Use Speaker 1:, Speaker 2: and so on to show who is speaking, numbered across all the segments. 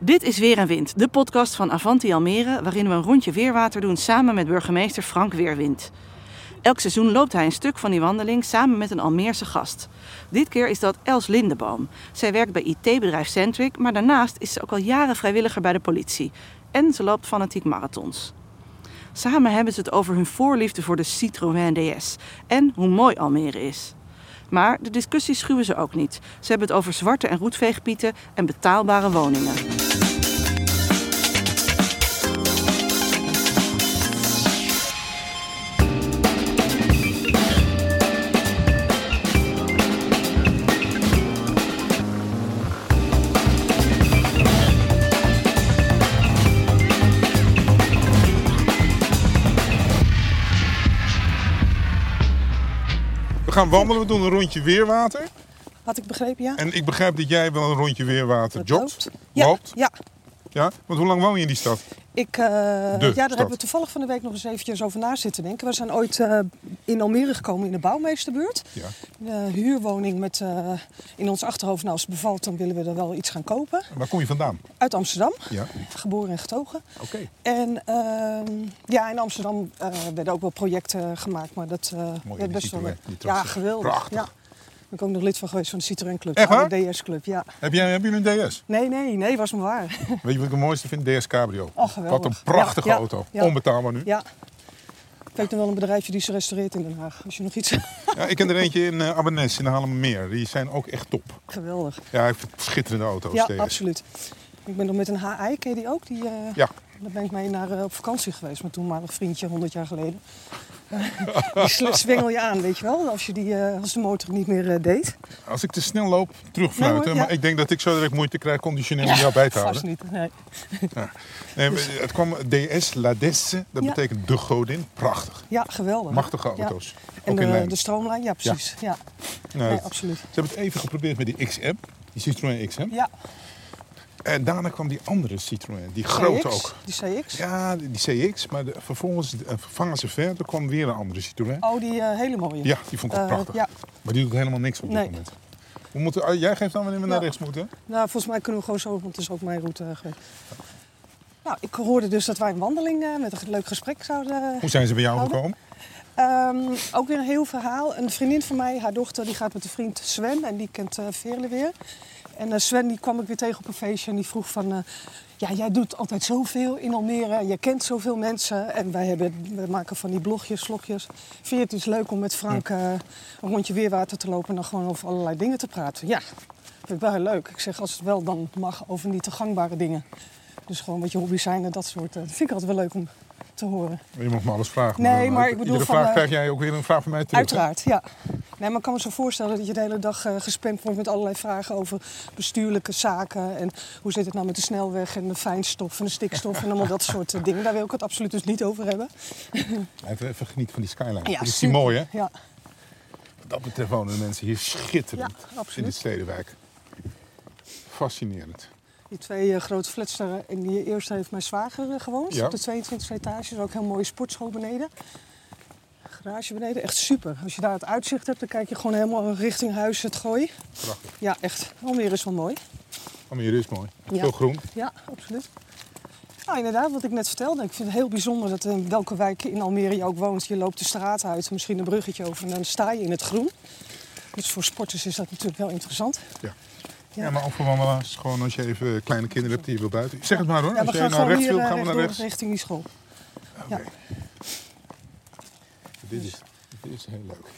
Speaker 1: Dit is Weer en Wind, de podcast van Avanti Almere, waarin we een rondje weerwater doen samen met burgemeester Frank Weerwind. Elk seizoen loopt hij een stuk van die wandeling samen met een Almeerse gast. Dit keer is dat Els Lindeboom. Zij werkt bij IT-bedrijf Centric, maar daarnaast is ze ook al jaren vrijwilliger bij de politie. En ze loopt fanatiek marathons. Samen hebben ze het over hun voorliefde voor de Citroën DS en hoe mooi Almere is. Maar de discussie schuwen ze ook niet. Ze hebben het over zwarte en roetveegpieten en betaalbare woningen.
Speaker 2: We gaan wandelen, we doen een rondje weerwater.
Speaker 3: Had ik begrepen, ja.
Speaker 2: En ik begrijp dat jij wel een rondje weerwater
Speaker 3: Dat
Speaker 2: jogt.
Speaker 3: loopt. Ja,
Speaker 2: Loopt.
Speaker 3: ja.
Speaker 2: Ja? Want hoe lang woon je in die stad?
Speaker 3: Ik, eh, ja, daar
Speaker 2: stad.
Speaker 3: hebben we toevallig van de week nog eens eventjes over na zitten denken. We zijn ooit eh, in Almere gekomen in de bouwmeesterbuurt.
Speaker 2: Ja.
Speaker 3: Een huurwoning met eh, in ons achterhoofd, nou als het bevalt dan willen we er wel iets gaan kopen.
Speaker 2: Waar kom je vandaan?
Speaker 3: Uit Amsterdam,
Speaker 2: Ja.
Speaker 3: geboren en getogen.
Speaker 2: Oké.
Speaker 3: En ehm, ja, in Amsterdam eh, werden ook wel projecten gemaakt, maar dat eh, werd
Speaker 2: die
Speaker 3: best wel... eh,
Speaker 2: Citroën, die
Speaker 3: ja,
Speaker 2: trotse.
Speaker 3: geweldig.
Speaker 2: Prachtig.
Speaker 3: Ja. Ben ik ook nog lid van geweest van de Citroën Club,
Speaker 2: Echt waar?
Speaker 3: de DS Club, ja.
Speaker 2: Heb jij hebben jullie een DS?
Speaker 3: Nee, nee, nee, was me waar.
Speaker 2: Weet je wat ik het mooiste vind? DS Cabrio.
Speaker 3: Oh, geweldig.
Speaker 2: Wat een prachtige
Speaker 3: Ja, ja,
Speaker 2: auto.
Speaker 3: ja.
Speaker 2: Onbetaalbaar nu. Ja.
Speaker 3: Ja. Ik weet nog wel een bedrijfje die ze restaureert in Den Haag. Als je nog iets...
Speaker 2: ik ken er eentje in eh, Abbenes in de Halemermeer. Die zijn ook echt top.
Speaker 3: Geweldig.
Speaker 2: Ja, hij heeft schitterende auto's.
Speaker 3: ja,
Speaker 2: DS.
Speaker 3: absoluut. Ik ben nog met een HI, ken je die ook? Die, eh,
Speaker 2: Ja.
Speaker 3: Daar ben ik mee naar, eh, op vakantie geweest met toenmalig vriendje, 100 jaar geleden. die sl- zwengel je aan, weet je wel, als, je die, eh, als de motor het niet meer eh, deed.
Speaker 2: Als ik te snel loop, terugfluiten.
Speaker 3: Nee, hoor, Nou, ja.
Speaker 2: Maar ik denk dat ik zo direct moeite krijg conditioneel om jou bij te
Speaker 3: Vast
Speaker 2: houden.
Speaker 3: niet, nee.
Speaker 2: Nee, maar het kwam DS, La Desse. Dat
Speaker 3: Ja.
Speaker 2: betekent de godin. Prachtig.
Speaker 3: Ja, geweldig.
Speaker 2: Machtige
Speaker 3: Ja.
Speaker 2: auto's.
Speaker 3: En
Speaker 2: Ook in
Speaker 3: de, eh,
Speaker 2: lijn.
Speaker 3: de stroomlijn, ja precies. Ja.
Speaker 2: Nee,
Speaker 3: Nee,
Speaker 2: het-
Speaker 3: absoluut.
Speaker 2: Ze hebben het even geprobeerd met die XM, die Citroën XM.
Speaker 3: Ja.
Speaker 2: En daarna kwam die andere Citroën, die grote
Speaker 3: CX,
Speaker 2: ook.
Speaker 3: Die CX.
Speaker 2: Ja, die CX, maar de- vervolgens eh, vervangen ze verder, kwam weer een andere Citroën.
Speaker 3: Oh, die eh, hele mooie.
Speaker 2: Ja, die vond ik ook
Speaker 3: Eh,
Speaker 2: prachtig.
Speaker 3: ja.
Speaker 2: Maar die doet helemaal niks op dit
Speaker 3: Nee.
Speaker 2: moment. We moeten, ah, jij geeft aan wanneer we naar
Speaker 3: Ja.
Speaker 2: rechts moeten. hè?
Speaker 3: Nou, volgens mij kunnen we gewoon zo, want het is ook mijn route eh, geweest. Nou, ik hoorde dus dat wij een wandeling eh, met een ge- leuk gesprek zouden...
Speaker 2: Hoe zijn ze bij jou
Speaker 3: Houden.
Speaker 2: gekomen?
Speaker 3: Ehm, ook weer een heel verhaal. Een vriendin van mij, haar dochter, die gaat met een vriend Sven. En die kent eh Veerle weer. En eh, Sven die kwam ik weer tegen op een feestje. En die vroeg van... eh, ja, jij doet altijd zoveel in Almere. Je kent zoveel mensen. En wij hebben, we maken van die blogjes, slokjes. Vind je het dus leuk om met Frank eh, een rondje weerwater te lopen... en dan gewoon over allerlei dingen te praten? Ja, vind ik wel heel leuk. Ik zeg, als het wel dan mag, over niet te gangbare dingen. Dus gewoon wat je hobby's zijn en dat soort. eh, dat vind ik altijd wel leuk om te horen.
Speaker 2: Je mag me alles vragen.
Speaker 3: Nee,
Speaker 2: dan,
Speaker 3: maar
Speaker 2: eh,
Speaker 3: ik bedoel
Speaker 2: Iedere
Speaker 3: van,
Speaker 2: vraag
Speaker 3: eh,
Speaker 2: krijg jij ook weer een vraag van mij terug. hè?
Speaker 3: Uiteraard, ja. Nee, maar ik kan me zo voorstellen dat je de hele dag eh, gespamd wordt met allerlei vragen over bestuurlijke zaken. En hoe zit het nou met de snelweg en de fijnstof en de stikstof en allemaal dat soort eh, dingen. Daar wil ik het absoluut dus niet over hebben.
Speaker 2: Even, even genieten van die skyline.
Speaker 3: Ja,
Speaker 2: dat is die
Speaker 3: super.
Speaker 2: mooi, hè?
Speaker 3: Ja,
Speaker 2: Wat dat betreft wonen de mensen hier schitterend
Speaker 3: Ja, absoluut.
Speaker 2: in de Stedenwijk. Fascinerend.
Speaker 3: die twee eh, grote flats daar. In die eerste heeft mijn zwager eh, gewoond.
Speaker 2: Ja.
Speaker 3: Op de 22e etage. Er is ook een heel mooie sportschool beneden. Garage beneden. Echt super. Als je daar het uitzicht hebt, dan kijk je gewoon helemaal richting huis het gooi.
Speaker 2: Prachtig. Oh,
Speaker 3: Ja, echt. Almere is wel mooi.
Speaker 2: Maar hier is mooi.
Speaker 3: Ja.
Speaker 2: Veel groen.
Speaker 3: Ja, absoluut. Nou, inderdaad, wat ik net vertelde. Ik vind het heel bijzonder dat in welke wijk in Almere je ook woont. Je loopt de straat uit, misschien een bruggetje over en dan sta je in het groen. Dus voor sporters is dat natuurlijk wel interessant.
Speaker 2: Ja. Ja.
Speaker 3: Ja.
Speaker 2: maar ook voor wandelaars. Gewoon als je even kleine kinderen hebt die je wil buiten. Zeg het maar hoor.
Speaker 3: Ja,
Speaker 2: als je naar rechts wil,
Speaker 3: eh,
Speaker 2: gaan we naar
Speaker 3: rechtdoor
Speaker 2: rechts.
Speaker 3: richting die school. ja.
Speaker 2: Oké. Dit, is, dit is heel leuk.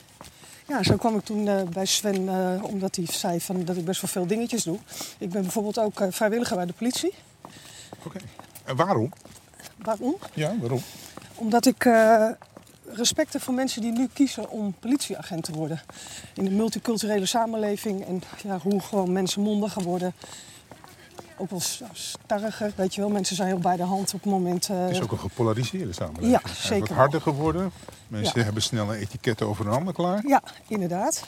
Speaker 3: Ja, zo kwam ik toen eh, bij Sven, eh, omdat hij zei van, dat ik best wel veel dingetjes doe. Ik ben bijvoorbeeld ook eh, vrijwilliger bij de politie.
Speaker 2: Oké. En waarom?
Speaker 3: Waarom?
Speaker 2: Ja, waarom?
Speaker 3: Omdat ik eh, respect heb voor mensen die nu kiezen om politieagent te worden. In de multiculturele samenleving en ja, hoe gewoon mensen mondiger worden. Ook wel s- starriger, weet je wel. Mensen zijn heel bij de hand op het moment. eh,
Speaker 2: Het is ook een gepolariseerde samenleving.
Speaker 3: Ja,
Speaker 2: Hij is
Speaker 3: zeker
Speaker 2: Wat
Speaker 3: wel.
Speaker 2: harder geworden. Mensen
Speaker 3: Ja.
Speaker 2: hebben snelle etiketten over een ander klaar.
Speaker 3: Ja, inderdaad.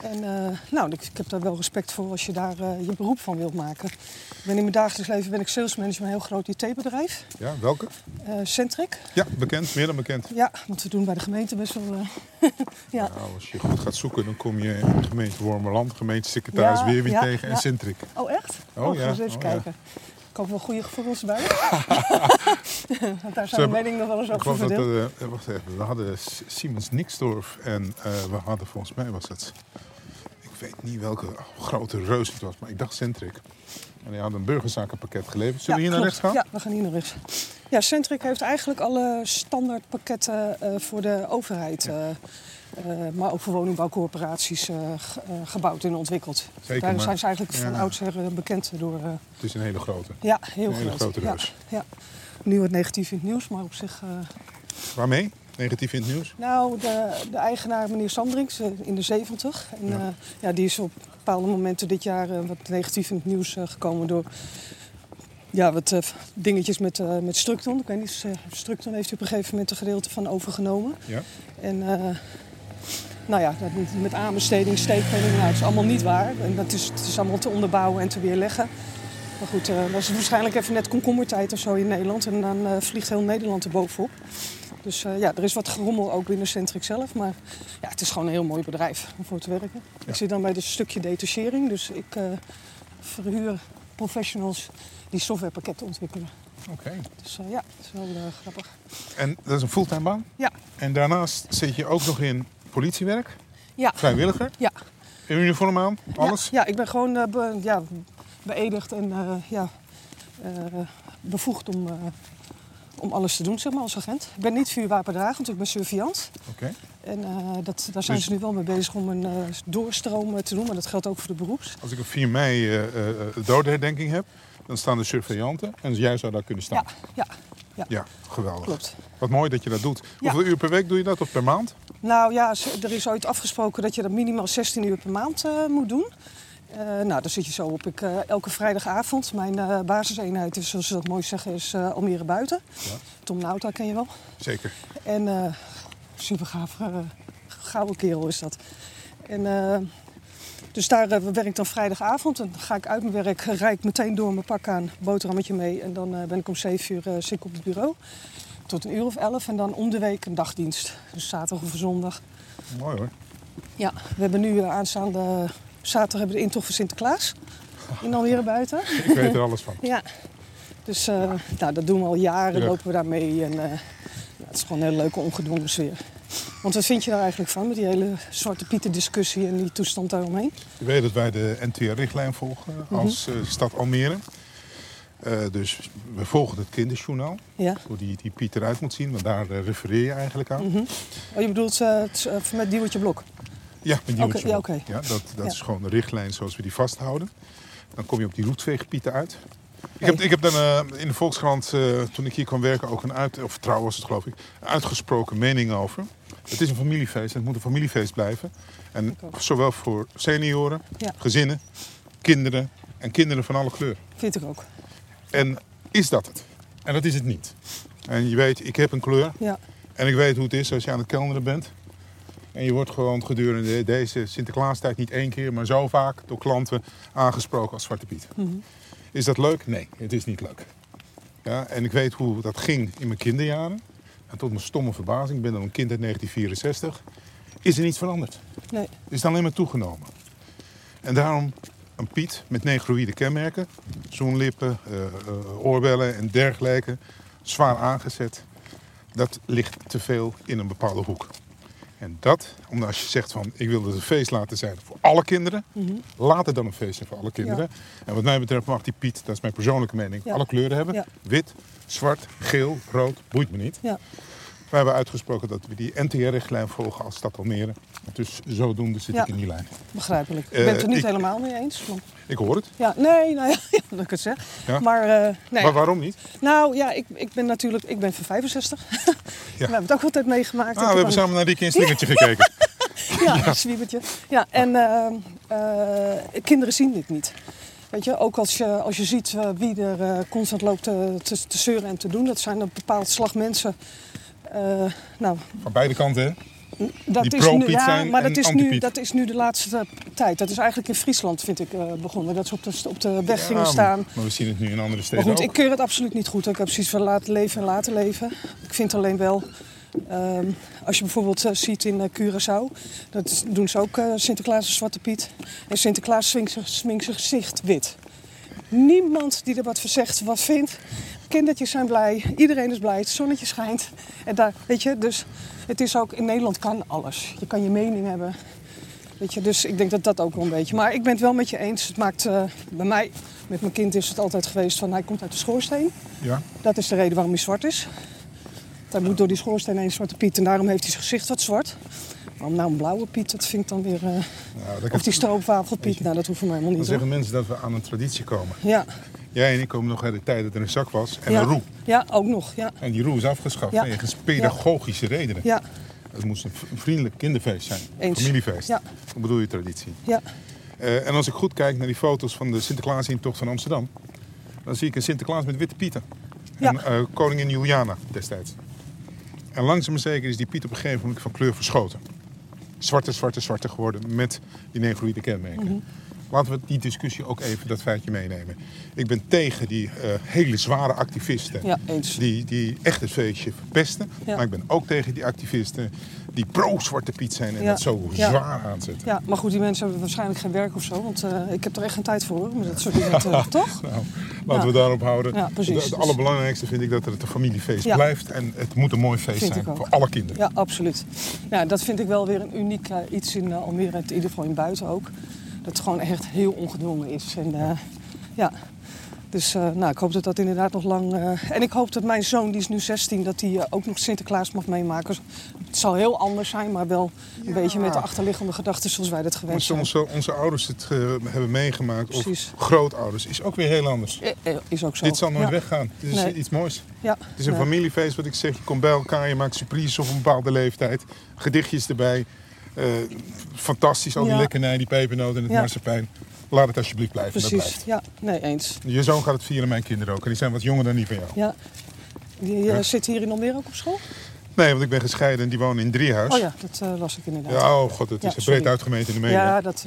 Speaker 3: En eh, nou, ik, ik heb daar wel respect voor als je daar eh, je beroep van wilt maken. Ik ben in mijn dagelijks leven ben ik salesmanager bij een heel groot IT-bedrijf,
Speaker 2: Ja, welke?
Speaker 3: eh, Centric.
Speaker 2: Ja, bekend. Meer dan bekend.
Speaker 3: Ja, want we doen bij de gemeente best wel. eh, ja,
Speaker 2: Nou, als je goed gaat zoeken, dan kom je in de gemeente Wormerland, gemeentesecretaris
Speaker 3: Ja,
Speaker 2: weer weer
Speaker 3: ja,
Speaker 2: tegen en
Speaker 3: ja.
Speaker 2: Centric.
Speaker 3: Oh, echt?
Speaker 2: Oh, ja.
Speaker 3: ga eens even
Speaker 2: Oh, ja.
Speaker 3: kijken. ook wel goede gevoelens bij. Want daar zijn de
Speaker 2: hebben-
Speaker 3: meningen nog wel eens
Speaker 2: Ik
Speaker 3: over
Speaker 2: geloof dat,
Speaker 3: verdeeld.
Speaker 2: eh, wacht even, we hadden S- Siemens Nixdorf en eh, we hadden volgens mij was het, ik weet niet welke grote reus het was, maar ik dacht Centric. En die hadden een burgerzakenpakket geleverd. Zullen we hier naar
Speaker 3: klopt.
Speaker 2: rechts gaan?
Speaker 3: Ja, we gaan hier naar rechts. Ja, Centric heeft eigenlijk alle standaardpakketten eh, voor de overheid, eh, eh, maar ook voor woningbouwcorporaties eh, ge- eh, gebouwd en ontwikkeld.
Speaker 2: Zeker,
Speaker 3: Daar
Speaker 2: maar-
Speaker 3: zijn ze eigenlijk van
Speaker 2: ja.
Speaker 3: oudsher eh, bekend door. eh,
Speaker 2: Het is een hele grote.
Speaker 3: ja, heel
Speaker 2: Een hele
Speaker 3: groot.
Speaker 2: grote
Speaker 3: ja,
Speaker 2: reus.
Speaker 3: ja. Nu wat negatief in het nieuws, maar op zich. eh,
Speaker 2: Waarmee? Negatief in het nieuws?
Speaker 3: nou, de, de eigenaar, meneer Sandrings, eh, in de 70. En, ja. ja, die is op bepaalde momenten dit jaar eh, wat negatief in het nieuws eh, gekomen door ja, wat eh, dingetjes met, eh, met Structon. Ik weet niet, eh, Structon heeft hij op een gegeven moment een gedeelte van overgenomen.
Speaker 2: Ja.
Speaker 3: En eh, nou ja, dat met- met aanbesteding, steekpenning, nou, dat is allemaal niet waar. En dat is, het is allemaal te onderbouwen en te weerleggen. Maar goed, eh dat is waarschijnlijk even net komkommertijd of zo in Nederland. En dan eh, vliegt heel Nederland er bovenop. Dus eh, ja, er is wat gerommel ook binnen Centric zelf. Maar ja, het is gewoon een heel mooi bedrijf om voor te werken. Ik zit dan bij het stukje detachering. Dus ik eh, verhuur professionals die softwarepakketten ontwikkelen.
Speaker 2: Oké.
Speaker 3: Dus eh, ja, dat is wel eh, grappig.
Speaker 2: En dat is een fulltime baan?
Speaker 3: Ja.
Speaker 2: En daarnaast zit je ook nog in politiewerk,
Speaker 3: Ja,
Speaker 2: vrijwilliger,
Speaker 3: ja.
Speaker 2: in uniform aan, alles?
Speaker 3: Ja, ja, ik ben gewoon eh, be- ja, beëdigd en eh, ja, eh, bevoegd om, eh, om alles te doen, zeg maar, als agent. Ik ben niet vuurwapendragend, ik ben surveillant.
Speaker 2: Oké.
Speaker 3: En eh, dat, daar zijn
Speaker 2: Dus-
Speaker 3: ze nu wel mee bezig om een eh, doorstroom eh, te doen, maar dat geldt ook voor de beroeps.
Speaker 2: Als ik op 4 mei eh, eh, dodenherdenking heb, dan staan de surveillanten en jij zou daar kunnen
Speaker 3: Ja,
Speaker 2: staan.
Speaker 3: ja,
Speaker 2: Ja, geweldig.
Speaker 3: klopt.
Speaker 2: Wat mooi dat je dat doet. Hoeveel uur per week doe je dat of per maand?
Speaker 3: Nou ja, ze- er is ooit afgesproken dat je dat minimaal 16 uur per maand eh, moet doen. Eh, nou, daar zit je zo op. Ik, eh, elke vrijdagavond, mijn eh, basiseenheid is, zoals ze dat mooi zeggen, is eh, Almere Buiten. Tom Nauta ken je wel.
Speaker 2: Zeker.
Speaker 3: En eh, super gaaf, eh, gouden kerel is dat. En, eh, dus daar eh, werk ik dan vrijdagavond. En dan ga ik uit mijn werk, eh, rijd ik meteen door mijn pak aan, boterhammetje mee. En dan eh, ben ik om 7 uur eh, zit ik op het bureau. Tot een uur of elf. En dan om de week een dagdienst. Dus zaterdag of zondag.
Speaker 2: Mooi hoor.
Speaker 3: Ja, we hebben nu eh, aanstaande zaterdag hebben we de intocht van Sinterklaas. In Almere buiten.
Speaker 2: Ik weet er alles van.
Speaker 3: Ja. Dus eh, nou, dat doen we al jaren,
Speaker 2: Ja.
Speaker 3: lopen we daar mee. En, eh, nou, het is gewoon een hele leuke ongedwongen sfeer. Want wat vind je daar eigenlijk van met die hele Zwarte Pieten discussie en die toestand daaromheen?
Speaker 2: Je weet dat wij de NTR-richtlijn volgen
Speaker 3: Mhm.
Speaker 2: als eh, stad Almere. Eh, dus we volgen het kinderjournaal,
Speaker 3: Ja.
Speaker 2: hoe die, die Piet eruit moet zien, want daar eh, refereer je eigenlijk aan.
Speaker 3: Oh, je bedoelt eh, het, eh, met Diewertje Blok?
Speaker 2: Ja, met
Speaker 3: Oké, ja, oké.
Speaker 2: ja, dat dat
Speaker 3: Ja.
Speaker 2: is gewoon de richtlijn zoals we die vasthouden. Dan kom je op die roetveegpieten uit. Ik
Speaker 3: Hey.
Speaker 2: heb, ik heb dan eh, in de Volkskrant, eh, toen ik hier kwam werken, ook een uit, of trouw was het geloof ik, een uitgesproken mening over. Het is een familiefeest en het moet een familiefeest blijven. En
Speaker 3: Ik ook.
Speaker 2: zowel voor senioren,
Speaker 3: Ja.
Speaker 2: gezinnen, kinderen en kinderen van alle kleuren.
Speaker 3: Vind ik ook.
Speaker 2: En is dat het? En dat is het niet. En je weet, ik heb een kleur
Speaker 3: Ja.
Speaker 2: en ik weet hoe het is als je aan het kelderen bent. En je wordt gewoon gedurende deze Sinterklaastijd niet één keer, maar zo vaak door klanten aangesproken als Zwarte Piet. Is dat leuk? Nee, het is niet leuk. Ja, en ik weet hoe dat ging in mijn kinderjaren. En tot mijn stomme verbazing, ik ben dan een kind uit 1964, is er niets veranderd.
Speaker 3: Nee.
Speaker 2: Is dan alleen maar toegenomen. En daarom een Piet met negroïde kenmerken, zoenlippen, eh, eh, oorbellen en dergelijke, zwaar aangezet. Dat ligt te veel in een bepaalde hoek. En dat, omdat als je zegt van ik wil het een feest laten zijn voor alle kinderen,
Speaker 3: Mhm.
Speaker 2: laat het dan een feest zijn voor alle kinderen. En wat mij betreft mag die Piet, dat is mijn persoonlijke mening,
Speaker 3: Ja.
Speaker 2: alle kleuren hebben.
Speaker 3: Ja.
Speaker 2: Wit, zwart, geel, rood, boeit me niet.
Speaker 3: Ja.
Speaker 2: Wij hebben uitgesproken dat we die NTR-richtlijn volgen als stad Almere. Dus zodoende zit
Speaker 3: Ja.
Speaker 2: ik in die lijn.
Speaker 3: Begrijpelijk. Ik
Speaker 2: Eh,
Speaker 3: ben het er niet
Speaker 2: ik-
Speaker 3: helemaal mee eens. want-
Speaker 2: Ik hoor het.
Speaker 3: ja, nee, nou ja, ja, dat ik het zeg.
Speaker 2: Ja.
Speaker 3: Maar, eh, nee,
Speaker 2: Maar waarom niet? Ah,
Speaker 3: nou ja, ik, ik ben natuurlijk, ik ben van 65. We hebben het ook altijd meegemaakt.
Speaker 2: Ah,
Speaker 3: Ik
Speaker 2: we
Speaker 3: heb
Speaker 2: hebben
Speaker 3: aan-
Speaker 2: samen naar die keer een slingertje gekeken.
Speaker 3: Ja, een zwiebertje. Ja, en ehm, eh, kinderen zien dit niet. Weet je, ook als je, als je ziet eh, wie er eh, constant loopt te, te, te zeuren en te doen. Dat zijn een bepaald slag mensen. Eh, nou,
Speaker 2: Van beide kanten, hè?
Speaker 3: dat
Speaker 2: Die
Speaker 3: is nu,
Speaker 2: pro-Piet zijn
Speaker 3: maar
Speaker 2: en
Speaker 3: dat is, nu,
Speaker 2: anti-Piet.
Speaker 3: dat is nu de laatste tijd. Dat is eigenlijk in Friesland, vind ik, eh, begonnen. Dat ze op de, op de weg gingen
Speaker 2: Ja,
Speaker 3: staan.
Speaker 2: Maar we zien het nu in andere
Speaker 3: Maar
Speaker 2: steden
Speaker 3: goed,
Speaker 2: ook.
Speaker 3: ik keur het absoluut niet goed. Ik heb precies van laten leven en laten leven. Ik vind alleen wel, ehm, als je bijvoorbeeld eh, ziet in eh, Curaçao, dat is- doen ze ook eh, Sinterklaas en Zwarte Piet. En Sinterklaas swingt zijn, swingt zijn gezicht wit. Niemand die er wat voor zegt, wat vindt. Kindertjes zijn blij, iedereen is blij, het zonnetje schijnt. En daar, weet je, dus het is ook, in Nederland kan alles. Je kan je mening hebben. Weet je, dus ik denk dat dat ook wel een beetje. Maar ik ben het wel met je eens. Het maakt eh, bij mij, met mijn kind is het altijd geweest van hij komt uit de schoorsteen.
Speaker 2: Ja,
Speaker 3: Dat is de reden waarom hij zwart is. Want Hij moet door die schoorsteen heen, Zwarte Piet. En daarom heeft hij zijn gezicht wat zwart. Maar om nou een blauwe Piet, dat vind ik dan weer... eh,
Speaker 2: nou, dat
Speaker 3: of die
Speaker 2: kan-
Speaker 3: stroopwafelpiet, nou dat hoeft voor mij helemaal
Speaker 2: dan
Speaker 3: niet.
Speaker 2: zeggen
Speaker 3: hoor.
Speaker 2: mensen dat we aan een traditie komen.
Speaker 3: Ja,
Speaker 2: Jij en ik komen nog uit de tijd dat er een zak was en
Speaker 3: ja.
Speaker 2: een roe.
Speaker 3: Ja, ook nog. Ja,
Speaker 2: En die roe is afgeschaft
Speaker 3: Ja.
Speaker 2: wegens pedagogische redenen.
Speaker 3: ja,
Speaker 2: Het moest een v- een vriendelijk kinderfeest zijn,
Speaker 3: Eens.
Speaker 2: familiefeest.
Speaker 3: Ja.
Speaker 2: Dat bedoel je traditie.
Speaker 3: ja.
Speaker 2: Eh, en als ik goed kijk naar die foto's van de Sinterklaasintocht van Amsterdam... dan zie ik een Sinterklaas met witte pieten.
Speaker 3: Ja.
Speaker 2: En eh, koningin Juliana destijds. En langzaam maar zeker is die piet op een gegeven moment van kleur verschoten. Zwarte, zwarte, zwarte geworden met die negroïde kenmerken.
Speaker 3: Mhm.
Speaker 2: Laten we die discussie ook even dat feitje meenemen. Ik ben tegen die eh, hele zware activisten
Speaker 3: Ja, eens.
Speaker 2: die, die echt het feestje verpesten.
Speaker 3: Ja.
Speaker 2: Maar ik ben ook tegen die activisten die pro-zwarte piet zijn en
Speaker 3: Ja.
Speaker 2: dat zo
Speaker 3: Ja.
Speaker 2: zwaar aanzetten.
Speaker 3: ja, maar goed, die mensen hebben waarschijnlijk geen werk of zo. Want eh, ik heb er echt geen tijd voor, hoor, om dat soort dingen te- toch?
Speaker 2: Nou, laten
Speaker 3: Ja.
Speaker 2: we daarop houden.
Speaker 3: Ja, precies. Dus-
Speaker 2: Het, het allerbelangrijkste vind ik dat het een familiefeest
Speaker 3: Ja.
Speaker 2: blijft. En het moet een mooi feest
Speaker 3: Vind
Speaker 2: zijn
Speaker 3: ik ook.
Speaker 2: voor alle kinderen.
Speaker 3: Ja, absoluut. Ja, dat vind ik wel weer een uniek eh, iets in eh, Almere, in ieder geval in buiten ook. Dat het gewoon echt heel ongedwongen is. En, eh, ja. Dus eh, nou, ik hoop dat dat inderdaad nog lang... eh, en ik hoop dat mijn zoon, die is nu 16, dat hij eh, ook nog Sinterklaas mag meemaken. Het zal heel anders zijn, maar wel een beetje met de achterliggende gedachten zoals wij dat gewend
Speaker 2: Als
Speaker 3: zijn.
Speaker 2: onze, onze ouders het eh, hebben meegemaakt,
Speaker 3: Precies.
Speaker 2: of grootouders, is ook weer heel anders.
Speaker 3: Eh, eh, Is ook zo.
Speaker 2: Dit zal nooit
Speaker 3: Ja.
Speaker 2: weggaan. Dit is
Speaker 3: Nee.
Speaker 2: iets moois.
Speaker 3: Ja.
Speaker 2: Het is een
Speaker 3: Nee.
Speaker 2: familiefeest, wat ik zeg. Je komt bij elkaar, je maakt surprises op een bepaalde leeftijd. Gedichtjes erbij. Eh, fantastisch, al die
Speaker 3: Ja.
Speaker 2: lekkernij, die pepernoten en het
Speaker 3: Ja.
Speaker 2: marsepein. Laat het alsjeblieft blijven. dat
Speaker 3: Precies, ja. Nee, eens.
Speaker 2: blijft. Je zoon gaat het vieren, mijn kinderen ook. En die zijn wat jonger dan die van jou.
Speaker 3: Ja. Die eh, zit hier in Almere ook op school?
Speaker 2: Nee, want ik ben gescheiden en die wonen in Driehuis.
Speaker 3: Oh ja, dat eh, las ik inderdaad.
Speaker 2: Ja, oh god, het
Speaker 3: Ja,
Speaker 2: is een
Speaker 3: sorry.
Speaker 2: breed uitgemeten in de media.
Speaker 3: Ja, dat.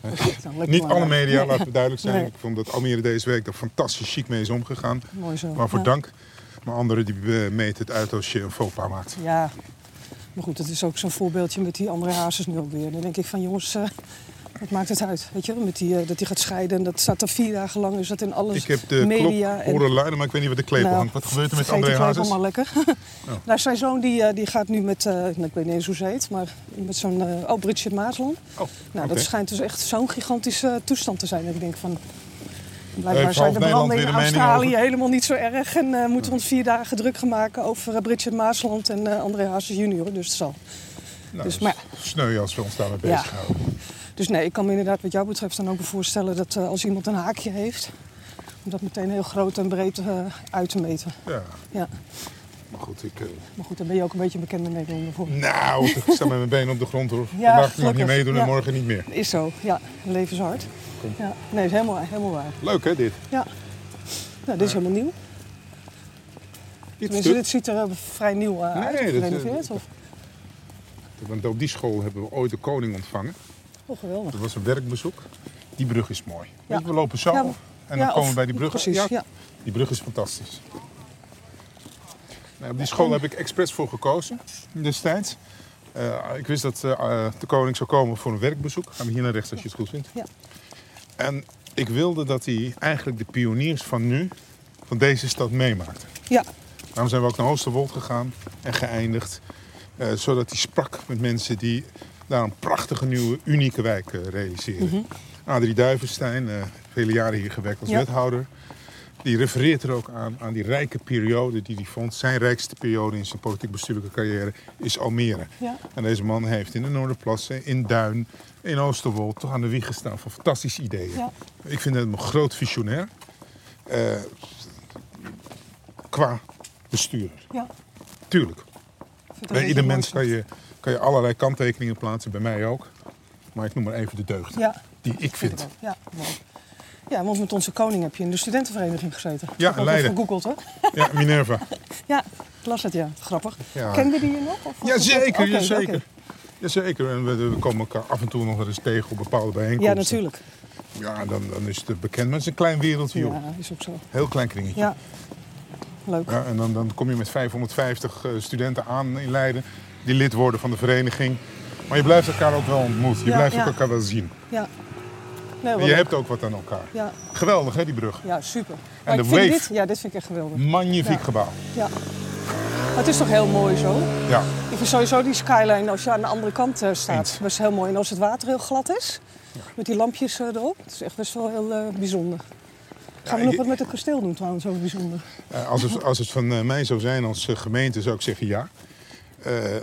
Speaker 3: dat zit dan lekker
Speaker 2: Niet
Speaker 3: maar,
Speaker 2: alle
Speaker 3: eh,
Speaker 2: media,
Speaker 3: nee.
Speaker 2: laten we duidelijk zijn.
Speaker 3: Nee.
Speaker 2: Ik vond dat Almere deze week er fantastisch chic mee is omgegaan.
Speaker 3: Mooi zo.
Speaker 2: Waarvoor
Speaker 3: ja.
Speaker 2: dank. Maar anderen die eh, meten het uit als je een faux pas maakt.
Speaker 3: Ja. Maar goed, dat is ook zo'n voorbeeldje met die andere hazes nu ook weer. Dan denk ik van jongens, eh, wat maakt het uit? Weet je, met die, eh, dat die gaat scheiden en dat staat er vier dagen lang. Is dat in alles
Speaker 2: Ik heb de
Speaker 3: media
Speaker 2: klok horen luiden, maar ik weet niet wat de klepel
Speaker 3: Nou,
Speaker 2: hangt. Wat gebeurt er met
Speaker 3: Vergeet
Speaker 2: André
Speaker 3: die kleine
Speaker 2: Hazes?
Speaker 3: maar lekker. Nou, zijn zoon die, eh, die gaat nu met, eh, nou, ik weet niet eens hoe ze heet, maar met zo'n, eh, oh, Bridget Maasland.
Speaker 2: Oh,
Speaker 3: Nou,
Speaker 2: oké.
Speaker 3: dat schijnt dus echt zo'n gigantische eh, toestand te zijn. Dat ik denk van, blijkbaar
Speaker 2: half
Speaker 3: zijn de
Speaker 2: Eh, Nederland
Speaker 3: branden in
Speaker 2: weer een mening
Speaker 3: Australië
Speaker 2: over?
Speaker 3: helemaal niet zo erg. En eh, moeten we ons vier dagen druk gaan maken over eh, Bridget Maasland en eh, André Hazes junior. Dus het zal.
Speaker 2: Nou,
Speaker 3: dus,
Speaker 2: dat
Speaker 3: maar
Speaker 2: is sneu als we ons daarmee
Speaker 3: Ja.
Speaker 2: bezig houden.
Speaker 3: Dus nee, ik kan me inderdaad wat jou betreft dan ook wel voorstellen dat eh, als iemand een haakje heeft... om dat meteen heel groot en breed eh, uit te meten.
Speaker 2: Ja,
Speaker 3: Ja.
Speaker 2: maar goed, ik... eh,
Speaker 3: Maar goed, daar ben je ook een beetje bekend mee Nederlander voor.
Speaker 2: nou, ik sta met mijn benen op de grond hoor.
Speaker 3: Ja,
Speaker 2: Vandaag mag je
Speaker 3: gelukkig.
Speaker 2: meedoen
Speaker 3: Ja.
Speaker 2: en morgen niet meer.
Speaker 3: Is zo, ja. Leven is hard. Ja. Nee, is helemaal, helemaal waar.
Speaker 2: Leuk hè, dit?
Speaker 3: Ja. Nou, dit is helemaal nieuw.
Speaker 2: Dit
Speaker 3: Tenminste,
Speaker 2: stuk.
Speaker 3: dit ziet er eh, vrij nieuw eh,
Speaker 2: Nee,
Speaker 3: uit,
Speaker 2: dat, eh,
Speaker 3: gerenoveerd. of?
Speaker 2: Want op die school hebben we ooit de koning ontvangen.
Speaker 3: Oh, geweldig.
Speaker 2: Dat was een werkbezoek. Die brug is mooi.
Speaker 3: Ja.
Speaker 2: Weet je, we lopen zo
Speaker 3: Ja,
Speaker 2: en dan
Speaker 3: ja,
Speaker 2: komen
Speaker 3: of-
Speaker 2: we bij die brug.
Speaker 3: Precies, ja.
Speaker 2: Die brug is fantastisch. Nou, op die school heb ik expres voor gekozen destijds. Eh, ik wist dat eh, eh, de koning zou komen voor een werkbezoek. Gaan we hier naar rechts als je het goed vindt.
Speaker 3: Ja.
Speaker 2: En ik wilde dat hij eigenlijk de pioniers van nu, van deze stad, meemaakte.
Speaker 3: Ja,
Speaker 2: Daarom zijn we ook naar Oosterwold gegaan en geëindigd. eh, zodat hij sprak met mensen die daar een prachtige nieuwe, unieke wijk eh, realiseren. Adrie Duivenstein, eh, vele jaren hier gewerkt als
Speaker 3: Mhm. Ja.
Speaker 2: wethouder. Die refereert er ook aan, aan die rijke periode die hij vond. Zijn rijkste periode in zijn politiek-bestuurlijke carrière is Almere.
Speaker 3: Ja.
Speaker 2: En deze man heeft in de Noorderplassen, in Duin, in Oosterwold... toch aan de wieg gestaan van fantastische ideeën.
Speaker 3: Ja.
Speaker 2: Ik vind hem een groot visionair. eh, qua bestuurder.
Speaker 3: ja.
Speaker 2: Tuurlijk.
Speaker 3: Ik vind het
Speaker 2: Bij
Speaker 3: een
Speaker 2: ieder
Speaker 3: mooi
Speaker 2: mens kan je, kan je allerlei kanttekeningen plaatsen, bij mij ook. Maar ik noem maar even de deugd
Speaker 3: Ja,
Speaker 2: die ik
Speaker 3: vind ik
Speaker 2: vind.
Speaker 3: ook. Ja, mooi. Ja, want met onze koning heb je in de studentenvereniging gezeten.
Speaker 2: Ja,
Speaker 3: Heb ik ook
Speaker 2: Leiden.
Speaker 3: even gegoogeld, hoor.
Speaker 2: Ja, Minerva.
Speaker 3: Ja, ik las het, ja. Grappig.
Speaker 2: Ja.
Speaker 3: Kende die je nog? Of
Speaker 2: Jazeker,
Speaker 3: Oké,
Speaker 2: jazeker.
Speaker 3: oké.
Speaker 2: Jazeker, en we, we komen elkaar af en toe nog wel eens tegen op bepaalde
Speaker 3: Ja,
Speaker 2: bijeenkomsten.
Speaker 3: natuurlijk.
Speaker 2: Ja, dan, dan is het bekend, maar het is een klein wereldje, joh.
Speaker 3: Ja, is ook zo.
Speaker 2: Heel klein kringetje.
Speaker 3: Ja, leuk.
Speaker 2: Ja, en dan, dan kom je met 550 eh, studenten aan in Leiden, die lid worden van de vereniging. Maar je blijft elkaar ook wel ontmoeten, je
Speaker 3: Ja,
Speaker 2: blijft
Speaker 3: ja.
Speaker 2: ook elkaar wel zien.
Speaker 3: Ja. Nee, wel
Speaker 2: je
Speaker 3: leuk.
Speaker 2: hebt ook wat aan elkaar.
Speaker 3: Ja,
Speaker 2: Geweldig hè, die brug.
Speaker 3: ja super.
Speaker 2: En de
Speaker 3: ik vind
Speaker 2: wave.
Speaker 3: Dit, ja, dit vind ik echt geweldig.
Speaker 2: Magnifiek
Speaker 3: Ja.
Speaker 2: gebouw.
Speaker 3: Ja. Maar het is toch heel mooi zo?
Speaker 2: Ja.
Speaker 3: Ik vind sowieso die skyline als je aan de andere kant eh, staat
Speaker 2: Eens.
Speaker 3: best heel mooi. En als het water heel glad is, met die lampjes eh, erop, het is echt best wel heel eh, bijzonder. Gaan we
Speaker 2: Ja,
Speaker 3: nog
Speaker 2: je-
Speaker 3: wat met het kasteel doen trouwens, ook bijzonder.
Speaker 2: Eh, als, het, als het van eh, mij zou zijn als eh, gemeente, zou ik zeggen ja. Eh, eh,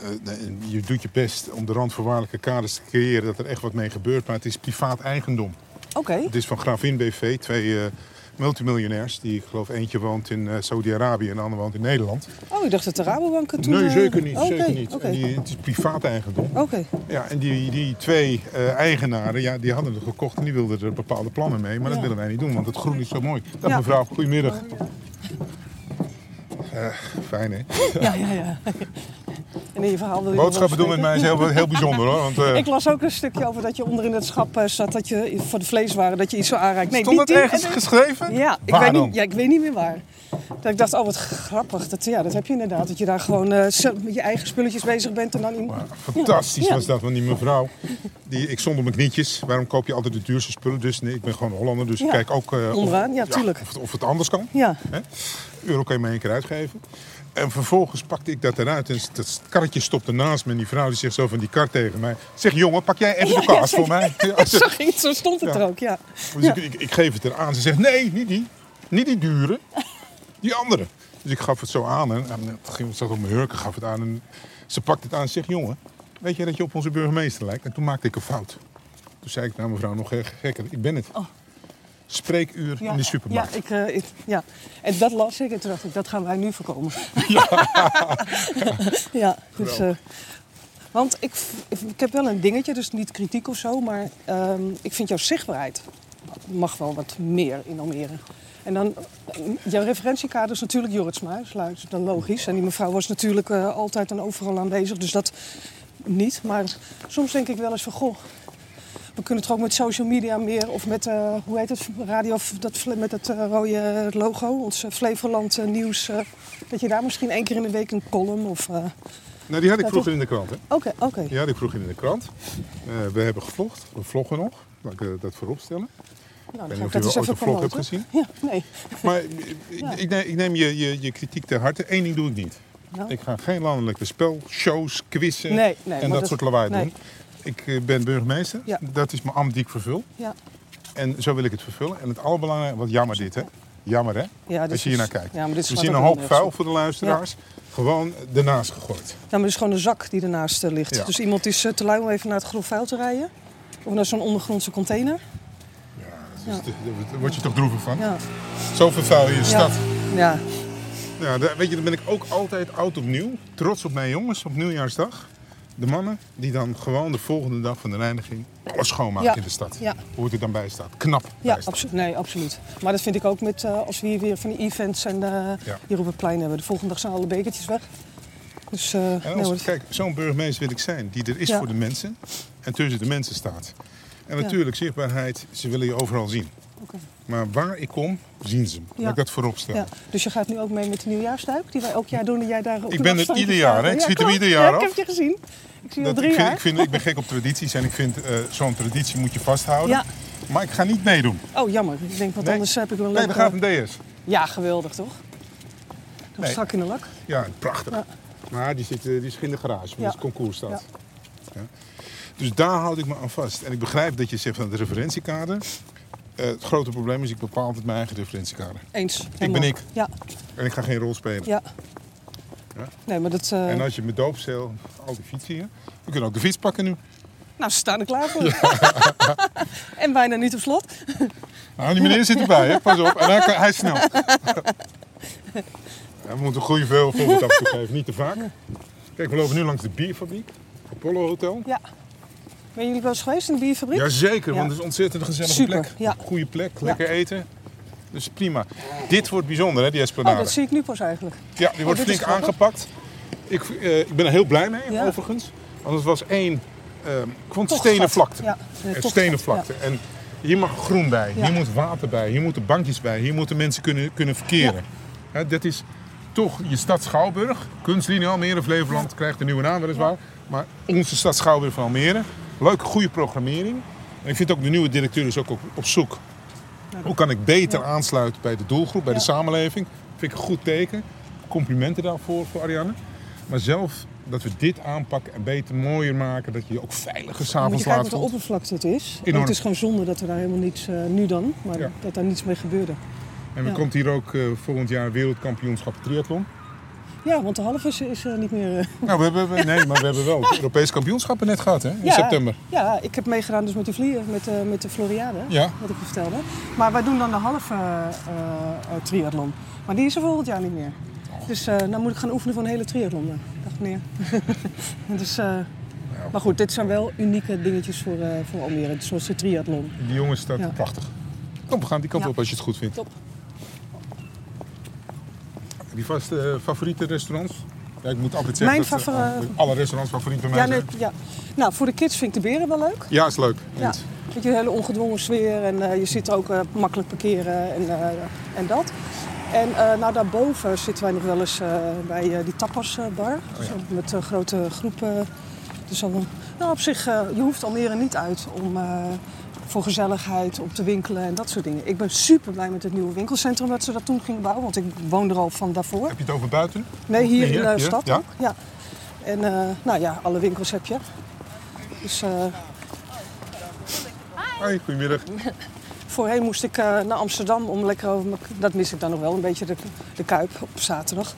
Speaker 2: je doet je best om de randvoorwaardelijke kaders te creëren dat er echt wat mee gebeurt. Maar het is privaat eigendom.
Speaker 3: Oké,
Speaker 2: Het is van Gravin BV, twee eh, multimiljonairs. Die ik geloof eentje woont in eh, Saudi-Arabië en de ander woont in Nederland.
Speaker 3: oh ik dacht dat de Rabobank het toen...
Speaker 2: nee,
Speaker 3: eh,
Speaker 2: zeker niet.
Speaker 3: Oké,
Speaker 2: zeker niet.
Speaker 3: Oké,
Speaker 2: En die, het is privaat eigendom.
Speaker 3: Oké.
Speaker 2: Ja, en die, die twee eh, eigenaren, ja, die hadden het gekocht en die wilden er bepaalde plannen mee. Maar dat
Speaker 3: Ja.
Speaker 2: willen wij niet doen, want het groen is zo mooi. Dag
Speaker 3: Ja.
Speaker 2: mevrouw, goedemiddag. Eh, fijn hè?
Speaker 3: ja, ja, ja. En in je verhaal wil je... nog
Speaker 2: Boodschappen
Speaker 3: wat
Speaker 2: doen met
Speaker 3: spreken?
Speaker 2: mij is heel, heel bijzonder hoor. Want, eh,
Speaker 3: Ik las ook een stukje over dat je onderin het schap eh, zat, dat je voor de vleeswaren, dat je iets zo aanraakt. Nee,
Speaker 2: stond dat
Speaker 3: niet die-
Speaker 2: ergens geschreven?
Speaker 3: Ja, ik
Speaker 2: Waar
Speaker 3: weet,
Speaker 2: dan?
Speaker 3: niet, ja, ik weet niet meer waar. Dat ik dacht, oh wat grappig. Dat, ja, dat heb je inderdaad. Dat je daar gewoon eh, zelf met je eigen spulletjes bezig bent en dan in...
Speaker 2: Maar Ah, fantastisch
Speaker 3: Ja.
Speaker 2: was dat, want die mevrouw, die, ik stond op mijn knietjes. Waarom koop je altijd de duurste spullen? Dus nee, ik ben gewoon een Hollander, dus
Speaker 3: Ja.
Speaker 2: ik kijk ook eh,
Speaker 3: Onderaan,
Speaker 2: of,
Speaker 3: ja, tuurlijk.
Speaker 2: of, het- of het anders kan.
Speaker 3: Ja,
Speaker 2: Hè? Euro kan je maar één keer uitgeven. En vervolgens pakte ik dat eruit en dat karretje stopte naast me. En die vrouw die zegt zo van die kar tegen mij. Zeg jongen, pak jij even
Speaker 3: Ja,
Speaker 2: de
Speaker 3: ja,
Speaker 2: kaas voor mij. Ja,
Speaker 3: zo, ging het, zo stond het
Speaker 2: Ja.
Speaker 3: er ook, ja.
Speaker 2: dus ik, ik, ik geef het er aan. Ze zegt nee, niet die. Niet die dure. Die andere. Dus ik gaf het zo aan. En, en het ging- het zat op mijn hurken, gaf het aan. En ze pakt het aan en zegt jongen, weet jij dat je op onze burgemeester lijkt? En toen maakte ik een fout. Toen zei ik naar mevrouw nog gek- gekker, ik ben het. Spreekuur
Speaker 3: Oh. ja.
Speaker 2: in de supermarkt.
Speaker 3: Ja, ik, eh, ik, ja, en dat las ik en toen dacht ik, dat gaan wij nu voorkomen. Ja, dus... eh, want ik, v- ik heb wel een dingetje, dus niet kritiek of zo, maar ehm, ik vind jouw zichtbaarheid mag wel wat meer in Almere. En dan, eh, jouw referentiekader is natuurlijk Jorritsma, dat is lu- is dan logisch. En die mevrouw was natuurlijk eh, altijd en overal aanwezig, dus dat niet. Maar soms denk ik wel eens van, goh, we kunnen het ook met social media meer of met, eh, hoe heet het, radio, dat, fle- met dat eh, rode logo, ons eh, Flevoland eh, nieuws. eh, dat je daar misschien één keer in de week een column of... eh,
Speaker 2: Nou, die had ik
Speaker 3: Ja,
Speaker 2: vroeger in de krant, hè?
Speaker 3: Oké, oké.
Speaker 2: Ja, die vroeg in de krant. Eh, we hebben gevlogd. We vloggen nog. Laat ik eh, dat voorop stellen.
Speaker 3: Nou,
Speaker 2: weet
Speaker 3: dan ga ik
Speaker 2: niet of
Speaker 3: dat
Speaker 2: je
Speaker 3: eens
Speaker 2: wel ooit een
Speaker 3: even
Speaker 2: vlog hebt
Speaker 3: promoten.
Speaker 2: gezien.
Speaker 3: Ja,
Speaker 2: Maar
Speaker 3: nee.
Speaker 2: eh, ik, ik neem, ik neem je, je, je kritiek ter harte. Eén ding doe ik niet.
Speaker 3: Nou.
Speaker 2: Ik ga geen landelijke spel, shows, quizzen
Speaker 3: Nee, nee, maar
Speaker 2: en dat,
Speaker 3: dat-
Speaker 2: soort lawaai
Speaker 3: nee.
Speaker 2: doen. Ik eh, ben burgemeester.
Speaker 3: Ja.
Speaker 2: Dat is mijn ambt die ik vervul.
Speaker 3: Ja.
Speaker 2: En zo wil ik het vervullen. En het allerbelangrijkste, wat jammer dit hè. Jammer hè,
Speaker 3: Ja, dit
Speaker 2: als je hier naar
Speaker 3: is-
Speaker 2: kijkt.
Speaker 3: ja, maar dit
Speaker 2: We
Speaker 3: slaat
Speaker 2: zien
Speaker 3: ook
Speaker 2: een
Speaker 3: wel
Speaker 2: hoop
Speaker 3: nergens
Speaker 2: vuil
Speaker 3: op.
Speaker 2: voor de luisteraars. Gewoon ernaast gegooid.
Speaker 3: Nou, maar het is gewoon een zak die ernaast eh, ligt.
Speaker 2: Ja.
Speaker 3: Dus iemand is eh, te lui om even naar het grof vuil te rijden. Of naar zo'n ondergrondse container.
Speaker 2: Dus het- Daar word je toch droevig van.
Speaker 3: Ja.
Speaker 2: Zo vervuil je de stad.
Speaker 3: Ja. ja.
Speaker 2: Ja, daar, weet je, dan ben ik ook altijd oud opnieuw. Trots op mijn jongens op nieuwjaarsdag. De mannen die dan gewoon de volgende dag van de reiniging alles schoonmaken
Speaker 3: Ja,
Speaker 2: in de stad.
Speaker 3: ja.
Speaker 2: Hoe het er dan bij staat. Knap
Speaker 3: Ja,
Speaker 2: bij staat.
Speaker 3: absolu nee, absoluut. Maar dat vind ik ook met eh, als we hier weer van die events en eh,
Speaker 2: Ja.
Speaker 3: hier op het plein hebben. De volgende dag zijn alle bekertjes weg. Dus eh,
Speaker 2: En
Speaker 3: nou,
Speaker 2: als,
Speaker 3: dat-
Speaker 2: kijk, zo'n burgemeester wil ik zijn die er is
Speaker 3: Ja.
Speaker 2: voor de mensen en tussen de mensen staat. En natuurlijk, zichtbaarheid, ze willen je overal zien.
Speaker 3: Oké.
Speaker 2: Maar waar ik kom, zien ze me.
Speaker 3: Ja.
Speaker 2: Laat ik dat voorop stellen.
Speaker 3: ja. dus je gaat nu ook mee met de nieuwjaarsduik die wij elk jaar doen en jij daar op een
Speaker 2: ben er
Speaker 3: afstandje
Speaker 2: ieder jaar,
Speaker 3: staat.
Speaker 2: hè? Ik schiet hem
Speaker 3: klopt.
Speaker 2: ieder jaar
Speaker 3: Ja, ik
Speaker 2: af.
Speaker 3: heb je gezien. Ik zie je al
Speaker 2: Dat,
Speaker 3: drie
Speaker 2: ik, vind,
Speaker 3: jaar.
Speaker 2: ik, vind, ik ben gek op tradities en ik vind eh, zo'n traditie moet je vasthouden.
Speaker 3: Ja.
Speaker 2: Maar ik ga niet meedoen.
Speaker 3: Oh, jammer. Ik denk, want
Speaker 2: Nee.
Speaker 3: anders heb ik wel een
Speaker 2: Nee,
Speaker 3: leuk,
Speaker 2: dan gaat
Speaker 3: eh,
Speaker 2: een DS.
Speaker 3: Ja, geweldig toch? Nog
Speaker 2: Nee.
Speaker 3: strak in de lak.
Speaker 2: Ja, prachtig.
Speaker 3: Ja.
Speaker 2: Maar die, zit, eh, die is in de garage, want
Speaker 3: Ja.
Speaker 2: het is concours staat.
Speaker 3: Ja.
Speaker 2: Ja. Dus daar houd ik me aan vast. En ik begrijp dat je zegt van het referentiekader. Eh, het grote probleem is, ik bepaal altijd mijn eigen referentiekader.
Speaker 3: Eens.
Speaker 2: ben
Speaker 3: Helemaal.
Speaker 2: ik.
Speaker 3: Ja,
Speaker 2: En ik ga geen rol spelen.
Speaker 3: ja.
Speaker 2: Ja.
Speaker 3: Nee, maar dat... eh,
Speaker 2: En als je me doopcel, al die fietsen hier. We kunnen ook de fiets pakken nu.
Speaker 3: Nou, ze staan er klaar voor. en bijna niet op slot.
Speaker 2: Nou, die meneer zit erbij, hè? pas op. En hij, kan, hij is snel. Ja, we moeten een goede veel voorbeeld af en toe geven, niet te vaak. Kijk, we lopen nu langs de bierfabriek, Apollo Hotel.
Speaker 3: Ja. Ben jullie wel eens geweest in de bierfabriek?
Speaker 2: Jazeker,
Speaker 3: Ja.
Speaker 2: want het is een ontzettend gezellige
Speaker 3: Super,
Speaker 2: plek.
Speaker 3: ja.
Speaker 2: Goede plek, lekker eten. Dus prima. Dit wordt bijzonder, hè, die
Speaker 3: Oh,
Speaker 2: Esplanade.
Speaker 3: dat zie ik nu pas eigenlijk.
Speaker 2: ja, die wordt
Speaker 3: Oh, dit is
Speaker 2: flink
Speaker 3: grappig.
Speaker 2: aangepakt. Ik, eh, ik ben er heel blij mee,
Speaker 3: Ja.
Speaker 2: overigens. Want het was één ehm kwant
Speaker 3: Tochtgat.
Speaker 2: stenen vlakte.
Speaker 3: Ja,
Speaker 2: Eh,
Speaker 3: tochtgat,
Speaker 2: stenen vlakte. En hier mag groen bij,
Speaker 3: Ja.
Speaker 2: hier moet water bij, hier moeten bankjes bij, hier moeten mensen kunnen, kunnen verkeren. Hè, dat is toch je stad Schouwburg. Kunstlinie Almere Flevoland krijgt een nieuwe naam weliswaar. Maar onze stad Schouwburg van Almere. Leuke, goede programmering. En ik vind ook de nieuwe directeur is ook op, op zoek. Hoe kan ik beter aansluiten bij de doelgroep, bij de
Speaker 3: Ja.
Speaker 2: samenleving? Vind ik een goed teken. Complimenten daarvoor voor Ariane. Maar zelf dat we dit aanpakken en beter, mooier maken. Dat je je ook veiliger
Speaker 3: Dan Moet
Speaker 2: s'avonds
Speaker 3: je kijken
Speaker 2: laat
Speaker 3: wat de
Speaker 2: voelt.
Speaker 3: oppervlakte het is.
Speaker 2: Enorm.
Speaker 3: Het is gewoon zonde dat er daar helemaal niets, eh, nu dan, maar
Speaker 2: Ja.
Speaker 3: dat daar niets mee gebeurde.
Speaker 2: En er
Speaker 3: ja.
Speaker 2: komt hier ook eh, volgend jaar wereldkampioenschap triathlon.
Speaker 3: Ja, want de halve is, is eh, niet meer... eh,
Speaker 2: Nou, we hebben, we- nee, maar we hebben wel het Europees kampioenschappen net gehad hè, in
Speaker 3: ja,
Speaker 2: september.
Speaker 3: Ja, ik heb meegedaan dus met de vlier, met, eh, met de Floriade,
Speaker 2: Ja.
Speaker 3: wat ik je vertelde. Maar wij doen dan de halve eh, eh, eh, triathlon. Maar die is er volgend jaar niet meer. Dus eh dan moet ik gaan oefenen voor een hele triathlon, eh, dacht meneer. dus, eh, Maar goed, dit zijn wel unieke dingetjes voor, eh voor Almere, zoals de triathlon.
Speaker 2: Die jongen staat
Speaker 3: Ja.
Speaker 2: prachtig. Kom, we gaan die kant
Speaker 3: Ja.
Speaker 2: op als je het goed vindt.
Speaker 3: Top.
Speaker 2: Heb je vast eh, favoriete restaurants? Ja, ik moet altijd zeggen
Speaker 3: Mijn
Speaker 2: dat eh,
Speaker 3: favori-
Speaker 2: alle restaurants favoriet bij mij
Speaker 3: Ja,
Speaker 2: zijn.
Speaker 3: nee, ja. Nou, voor de kids vind ik de beren wel leuk.
Speaker 2: Ja, is leuk.
Speaker 3: Ja,
Speaker 2: Eens.
Speaker 3: met je hele ongedwongen sfeer en eh, je zit ook eh, makkelijk parkeren en, eh, en dat. En eh, nou, daarboven zitten wij nog wel eens eh, bij eh, die tapasbar. bar Dus ook met eh, grote groepen. Dus allemaal, nou, op zich, eh, je hoeft Almere niet uit om eh, voor gezelligheid, om te winkelen en dat soort dingen. Ik ben super blij met het nieuwe winkelcentrum dat ze dat toen gingen bouwen. Want ik woon er al van daarvoor.
Speaker 2: Heb je het over buiten?
Speaker 3: Nee, hier
Speaker 2: Hier,
Speaker 3: in de
Speaker 2: hier,
Speaker 3: stad
Speaker 2: ja.
Speaker 3: ook. Ja. En eh, nou ja, alle winkels heb je. Dus... eh,
Speaker 2: Hoi, goedemiddag.
Speaker 3: Voorheen moest ik eh, naar Amsterdam om lekker over mijn... Dat mis ik dan nog wel, een beetje de, de Kuip op zaterdag.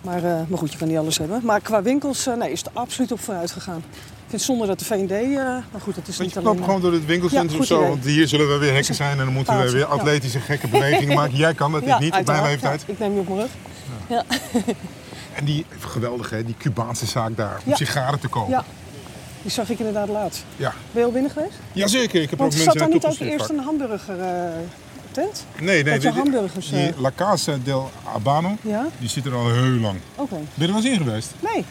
Speaker 3: Maar, eh, maar goed, je kan niet alles hebben. Maar qua winkels eh, nee, is het absoluut op vooruit gegaan. Ik vind zonder dat de V&D... eh, maar goed, dat is
Speaker 2: Want
Speaker 3: niet
Speaker 2: je
Speaker 3: alleen...
Speaker 2: klopt
Speaker 3: maar-
Speaker 2: gewoon door het winkelcentrum
Speaker 3: Ja,
Speaker 2: of
Speaker 3: goed
Speaker 2: zo,
Speaker 3: idee.
Speaker 2: want hier zullen we weer hekken zijn en dan moeten we
Speaker 3: Paard,
Speaker 2: weer
Speaker 3: ja.
Speaker 2: atletische gekke bewegingen maken. Jij kan dat,
Speaker 3: eh, Ja,
Speaker 2: ik niet op mijn
Speaker 3: uiteraard.
Speaker 2: leeftijd.
Speaker 3: Ja, ik neem je op mijn rug.
Speaker 2: En die, geweldig hè, die Cubaanse zaak daar, om
Speaker 3: Ja.
Speaker 2: sigaren te kopen.
Speaker 3: Ja, die zag ik inderdaad laatst.
Speaker 2: Ja.
Speaker 3: Ben je al binnen geweest?
Speaker 2: Jazeker, ik heb
Speaker 3: Want
Speaker 2: ook mensen
Speaker 3: er zat daar niet ook
Speaker 2: naartoe gestuurd
Speaker 3: eerst
Speaker 2: vaak.
Speaker 3: een hamburger eh, tent?
Speaker 2: Nee, nee.
Speaker 3: dat je
Speaker 2: dit-
Speaker 3: hamburgers, eh,
Speaker 2: Die La Casa del Habano,
Speaker 3: Ja?
Speaker 2: die zit er al heel lang.
Speaker 3: Oké.
Speaker 2: Ben je er wel eens in geweest?
Speaker 3: Nee,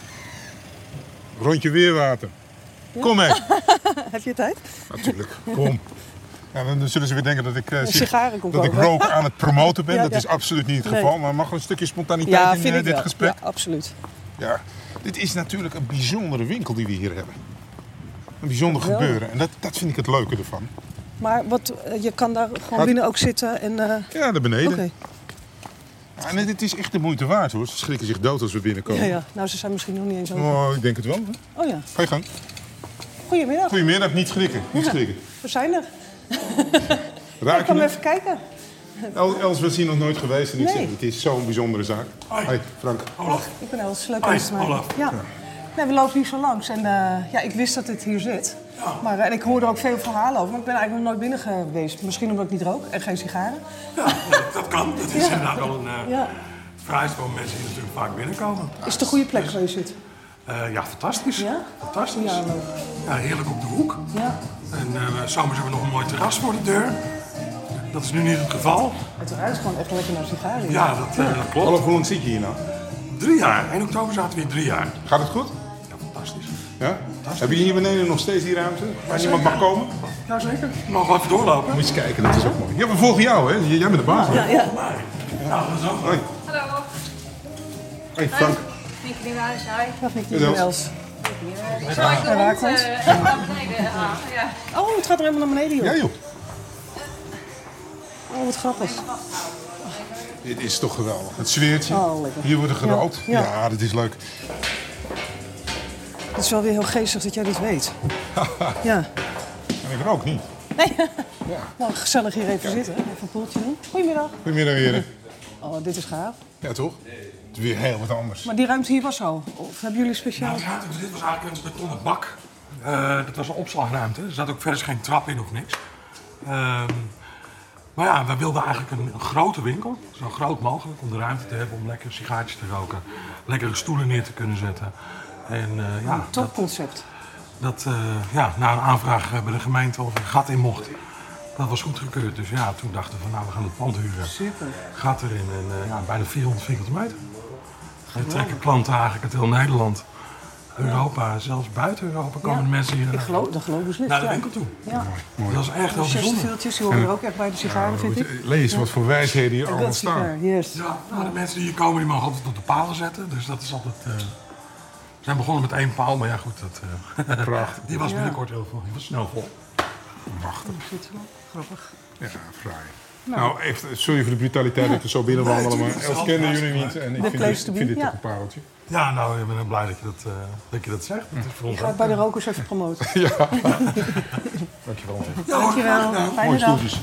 Speaker 2: Rondje Weerwater. Kom mee.
Speaker 3: heb je tijd?
Speaker 2: Natuurlijk, kom. Ja, dan zullen ze weer denken dat ik, eh, sig-
Speaker 3: sigaren kom
Speaker 2: dat ik
Speaker 3: kopen.
Speaker 2: rook aan het promoten ben.
Speaker 3: Ja,
Speaker 2: dat
Speaker 3: ja.
Speaker 2: is absoluut niet het
Speaker 3: Nee.
Speaker 2: geval. Maar mag er een stukje spontaniteit
Speaker 3: Ja,
Speaker 2: in
Speaker 3: vind
Speaker 2: eh,
Speaker 3: ik
Speaker 2: dit
Speaker 3: wel.
Speaker 2: gesprek?
Speaker 3: Ja, absoluut.
Speaker 2: Ja, dit is natuurlijk een bijzondere winkel die we hier hebben. Een bijzonder
Speaker 3: Wel.
Speaker 2: gebeuren. En dat, dat vind ik het leuke ervan.
Speaker 3: Maar wat, eh, je kan daar gewoon
Speaker 2: Gaat-
Speaker 3: binnen ook zitten en... eh,
Speaker 2: Ja, daar beneden.
Speaker 3: Oké.
Speaker 2: Ja, en dit is echt de moeite waard hoor. Ze schrikken zich dood als we binnenkomen.
Speaker 3: Ja, ja. Nou, ze zijn misschien nog niet eens over.
Speaker 2: Oh, ik denk het wel. hè.
Speaker 3: Oh ja.
Speaker 2: Ga je gang.
Speaker 3: Goedemiddag.
Speaker 2: Goedemiddag, niet schrikken. Niet schrikken.
Speaker 3: We zijn er.
Speaker 2: Raak
Speaker 3: Ik kom
Speaker 2: je het?
Speaker 3: even kijken.
Speaker 2: El- Els was hier nog nooit geweest en ik
Speaker 3: Nee.
Speaker 2: zeg, het is zo'n bijzondere zaak. Hoi, Frank.
Speaker 3: Ik ben Els. Leuk om je te maken. Ja. Nee, we lopen hier zo langs. En eh, ja, ik wist dat dit hier zit. Maar, eh, en ik hoorde ook veel verhalen over. Maar ik ben eigenlijk nog nooit binnen geweest. Misschien omdat ik niet rook en geen sigaren.
Speaker 4: Ja, dat kan. Dat is inderdaad wel een eh
Speaker 3: Ja.
Speaker 4: vereiste waar mensen hier natuurlijk vaak binnenkomen.
Speaker 3: Is het een goede plek waar je zit?
Speaker 4: Eh, ja, fantastisch.
Speaker 3: Ja?
Speaker 4: Fantastisch.
Speaker 3: Ja,
Speaker 4: Ja,
Speaker 3: leuk.
Speaker 4: heerlijk op de hoek.
Speaker 3: Ja.
Speaker 4: En eh zomers hebben we nog een mooi terras voor de deur. Dat is nu niet het geval.
Speaker 3: Het ruikt gewoon echt lekker naar sigaren.
Speaker 4: Ja, dat, eh, dat klopt.
Speaker 2: Hallo, hoe lang zit je hier nou?
Speaker 4: Drie jaar. 1 oktober zaten we hier drie jaar.
Speaker 2: Gaat het goed?
Speaker 4: Ja, fantastisch.
Speaker 2: Ja? Hebben jullie hier beneden nog steeds die ruimte waar
Speaker 4: Jazeker.
Speaker 2: niemand mag komen?
Speaker 4: Jazeker. We mogen wel even doorlopen.
Speaker 2: Moet je eens kijken, dat is ook mooi. Ja, we volgen jou hè. J- Jij bent de baas. hè?
Speaker 4: Nou, dat is ook
Speaker 2: Hoi.
Speaker 5: Hallo.
Speaker 2: Hoi, Frank.
Speaker 5: Nicky Nieuwenhuis, hi.
Speaker 3: Dat vind ik
Speaker 2: Ja.
Speaker 3: niet Els.
Speaker 5: Zal ik de
Speaker 3: waar
Speaker 5: hond
Speaker 3: komt?
Speaker 5: eh, naar beneden halen? Ja.
Speaker 3: Oh, het gaat er helemaal naar beneden, joh.
Speaker 2: Ja joh.
Speaker 3: Oh, wat grappig.
Speaker 2: Dit is toch geweldig. Het zweertje.
Speaker 3: Oh, lekker.
Speaker 2: Hier wordt er gerookt.
Speaker 3: Ja.
Speaker 2: Ja.
Speaker 3: Ja.
Speaker 2: dat is leuk.
Speaker 3: Het is wel weer heel geestig dat jij dit weet. ja.
Speaker 2: En ik rook niet.
Speaker 3: Nou, gezellig hier even zitten. Even een poeltje doen. Goedemiddag.
Speaker 2: Goedemiddag heren.
Speaker 3: Oh, dit is gaaf.
Speaker 2: Ja toch? Het is weer heel wat anders.
Speaker 3: Maar die ruimte hier was al? Of hebben jullie speciaal?
Speaker 4: Nou, de ruimte, dus dit was eigenlijk een betonnen bak. Eh, dat was een opslagruimte. Er zat ook verder geen trap in of niks. Ehm, maar ja, we wilden eigenlijk een, een grote winkel. Zo groot mogelijk. Om de ruimte te hebben om lekker sigaartjes te roken. Lekkere stoelen neer te kunnen zetten. En eh, ja, dat,
Speaker 3: Topconcept.
Speaker 4: dat, eh, ja, na een aanvraag eh, bij de gemeente of er een gat in mocht. Dat was goedgekeurd. Dus ja, toen dachten we van nou, we gaan het pand huren.
Speaker 3: Super.
Speaker 4: Gat erin en eh, ja, bijna 400 vierkante meter. We trekken klanten eigenlijk uit heel Nederland, Europa, zelfs buiten Europa komen
Speaker 3: Ja.
Speaker 4: de mensen hier
Speaker 3: Ik
Speaker 4: naar-
Speaker 3: geloof, dat geloof ik beslist.
Speaker 4: naar de
Speaker 3: ja.
Speaker 4: winkel toe.
Speaker 3: Ja.
Speaker 4: Dat is
Speaker 3: De
Speaker 4: echt heel bijzonder.
Speaker 3: zesdeeltjes, die horen er ook echt bij de sigaren, vind ik.
Speaker 2: Lees wat voor wijsheden hier allemaal
Speaker 3: Dat
Speaker 2: staan.
Speaker 3: sigaar, yes.
Speaker 4: Ja, nou, de mensen die hier komen, die mogen altijd op de palen zetten. Dus dat is altijd... eh, we zijn begonnen met één paal, maar ja goed, dat, eh,
Speaker 2: Prachtig.
Speaker 4: die was binnenkort heel veel. Die was snel vol.
Speaker 2: Prachtig.
Speaker 3: Grappig.
Speaker 2: Ja, fraai. Nou, echt, sorry voor de brutaliteit dat we zo binnenwandelen, maar Els kennen jullie niet en ik
Speaker 3: The
Speaker 2: vind,
Speaker 3: place
Speaker 2: dit-
Speaker 3: to
Speaker 2: ik
Speaker 3: be,
Speaker 2: vind dit
Speaker 3: ja.
Speaker 2: toch een pareltje.
Speaker 4: Ja, nou, ik ben blij dat je dat, eh, dat, je dat zegt. Dat is voor ons
Speaker 3: Ga ik bij de rokers even promoten.
Speaker 2: Dankjewel.
Speaker 3: Dankjewel. Fijne
Speaker 2: Mooie
Speaker 3: dag.
Speaker 2: stoeltjes.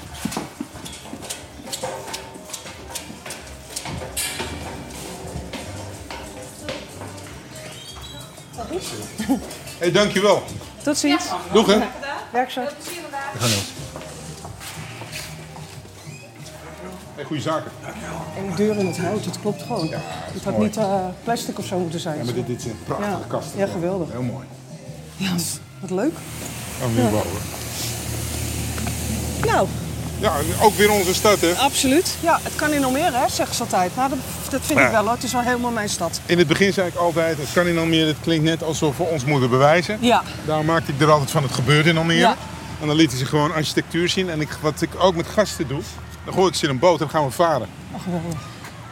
Speaker 2: hey, dankjewel.
Speaker 3: Tot ziens.
Speaker 2: Doeg hè.
Speaker 3: Werkzaam.
Speaker 5: Tot ziens vandaag.
Speaker 2: We gaan Els. Hey, goede zaken.
Speaker 3: En die deur in het hout, het klopt gewoon.
Speaker 2: dat is
Speaker 3: het had
Speaker 2: mooi.
Speaker 3: niet eh, plastic of zo moeten zijn.
Speaker 2: Ja, maar dit, dit zijn prachtige
Speaker 3: Ja,
Speaker 2: kasten.
Speaker 3: ja, geweldig.
Speaker 2: Heel mooi.
Speaker 3: Ja, wat leuk.
Speaker 2: Gaan we weer bouwen.
Speaker 3: Nou,
Speaker 2: Ja, ook weer onze stad hè.
Speaker 3: absoluut. Ja, het kan in Almere, hè, zeggen ze altijd. Nou, dat, dat vind
Speaker 2: Ja.
Speaker 3: ik wel hoor. Het is wel helemaal mijn stad.
Speaker 2: In het begin zei ik altijd, het kan in Almere, het klinkt net alsof we ons moeten bewijzen.
Speaker 3: Ja.
Speaker 2: Daar maakte ik er altijd van, het gebeurt in Almere.
Speaker 3: Ja.
Speaker 2: En dan lieten ze gewoon architectuur zien. En ik, wat ik ook met gasten doe, dan gooi ik ze in een boot en gaan we varen.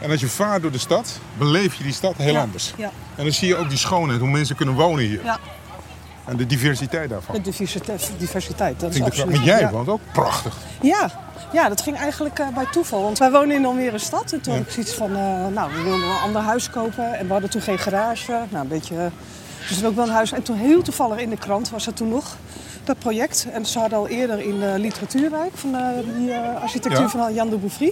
Speaker 2: En als je vaart door de stad, beleef je die stad heel
Speaker 3: Ja,
Speaker 2: anders.
Speaker 3: ja.
Speaker 2: En dan zie je ook die schoonheid, hoe mensen kunnen wonen hier.
Speaker 3: Ja,
Speaker 2: En de diversiteit daarvan.
Speaker 3: de diversiteit, diversiteit dat is
Speaker 2: Vind ik
Speaker 3: absoluut.
Speaker 2: maar jij
Speaker 3: ja.
Speaker 2: woont ook prachtig.
Speaker 3: Ja. ja, dat ging eigenlijk eh, bij toeval. Want wij wonen in Almere stad. En toen had ik zoiets van, eh, nou, we wilden een ander huis kopen. En we hadden toen geen garage. Nou, een beetje... eh, Dus er ook wel een huis. En toen heel toevallig in de krant was dat toen nog, dat project. En ze hadden al eerder in de literatuurwijk van eh, die eh, architectuur
Speaker 2: Ja.
Speaker 3: van Jan de Bouffry.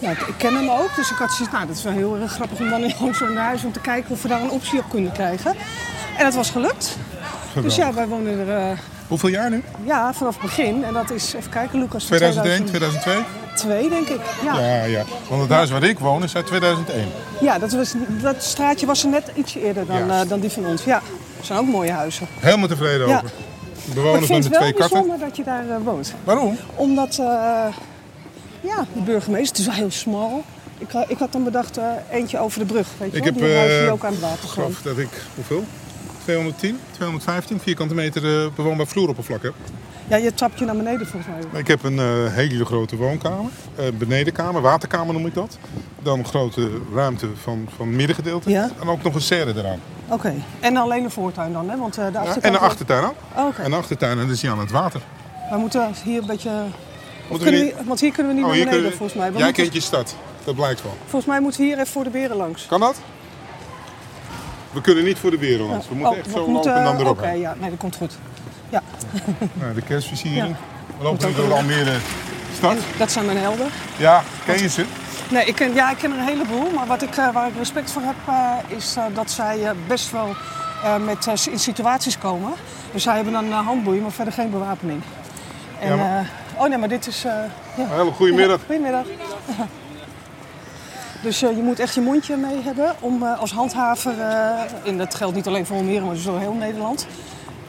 Speaker 3: Nou, ik, ik ken hem ook, dus ik had zoiets, nou, dat is wel heel erg grappig om dan in gewoon zo'n huis om te kijken of we daar een optie op kunnen krijgen. En dat was gelukt. Dus ja, wij wonen er eh,
Speaker 2: Hoeveel jaar nu?
Speaker 3: ja, vanaf het begin. En dat is, even kijken, Lucas, van
Speaker 2: 2001, 2002?
Speaker 3: 2002 denk ik. Ja, ja.
Speaker 2: Ja, ja. Want het huis waar ik woon is uit 2001.
Speaker 3: dat, was, dat straatje was er net ietsje eerder dan,
Speaker 2: Juist.
Speaker 3: eh, dan die van ons. Ja, dat zijn ook mooie huizen.
Speaker 2: Helemaal tevreden
Speaker 3: Ja.
Speaker 2: over.
Speaker 3: Maar ik
Speaker 2: Bewoners
Speaker 3: vind
Speaker 2: met
Speaker 3: het
Speaker 2: de twee
Speaker 3: wel
Speaker 2: katten.
Speaker 3: bijzonder dat je daar eh, woont.
Speaker 2: Waarom?
Speaker 3: Omdat, eh, ja, de burgemeester, het is wel heel smal. Ik, had- ik had dan bedacht, eh, eentje over de brug, weet je
Speaker 2: Ik
Speaker 3: wel.
Speaker 2: heb,
Speaker 3: Die huizen die
Speaker 2: eh,
Speaker 3: ook aan het water
Speaker 2: Ik
Speaker 3: staan.
Speaker 2: geloof dat ik, hoeveel? 210, 215 vierkante meter eh, bewoonbaar vloeroppervlak heb.
Speaker 3: Ja, je trapt je naar beneden volgens mij.
Speaker 2: Ik heb een eh, hele grote woonkamer, eh, benedenkamer, waterkamer noem ik dat. Dan een grote ruimte van, van het middengedeelte.
Speaker 3: Ja.
Speaker 2: En ook nog een serre eraan.
Speaker 3: Oké. En alleen de voortuin dan, hè? Want eh, de
Speaker 2: Ja,
Speaker 3: achterkant...
Speaker 2: en een achtertuin ook.
Speaker 3: Oh, Oké.
Speaker 2: En de achtertuin, en dan is die aan het water.
Speaker 3: We moeten hier een beetje...
Speaker 2: Moeten
Speaker 3: Kunnen
Speaker 2: niet-
Speaker 3: we- want hier kunnen we niet
Speaker 2: Oh,
Speaker 3: naar
Speaker 2: hier kunnen
Speaker 3: beneden,
Speaker 2: we-
Speaker 3: volgens mij. We
Speaker 2: Jij
Speaker 3: moeten-
Speaker 2: kent je stad, dat blijkt wel.
Speaker 3: Volgens mij moeten we hier even voor de beren langs.
Speaker 2: Kan dat? We kunnen niet voor de wereld, Dus we moeten
Speaker 3: Oh,
Speaker 2: echt
Speaker 3: we
Speaker 2: zo
Speaker 3: moeten-
Speaker 2: lopen en dan erop.
Speaker 3: Oké, ja, nee, dat komt goed. Ja,
Speaker 2: Nou, de kerstversiering.
Speaker 3: Ja.
Speaker 2: We lopen nu door de Almere stad.
Speaker 3: dat zijn mijn helden.
Speaker 2: Ja, ken je ze?
Speaker 3: Nee, ik ken, ja, ik ken er een heleboel, maar wat ik, eh, waar ik respect voor heb, eh, is eh, dat zij eh, best wel eh, met, eh, in situaties komen. Dus zij hebben dan een handboeien, maar verder geen bewapening. En,
Speaker 2: Ja, maar-
Speaker 3: eh, oh nee, maar dit is... eh ja.
Speaker 2: Hele goede middag.
Speaker 3: Ja, goedemiddag. Dus eh, je moet echt je mondje mee hebben om eh, als handhaver, eh, en dat geldt niet alleen voor Almere, maar dus door heel Nederland.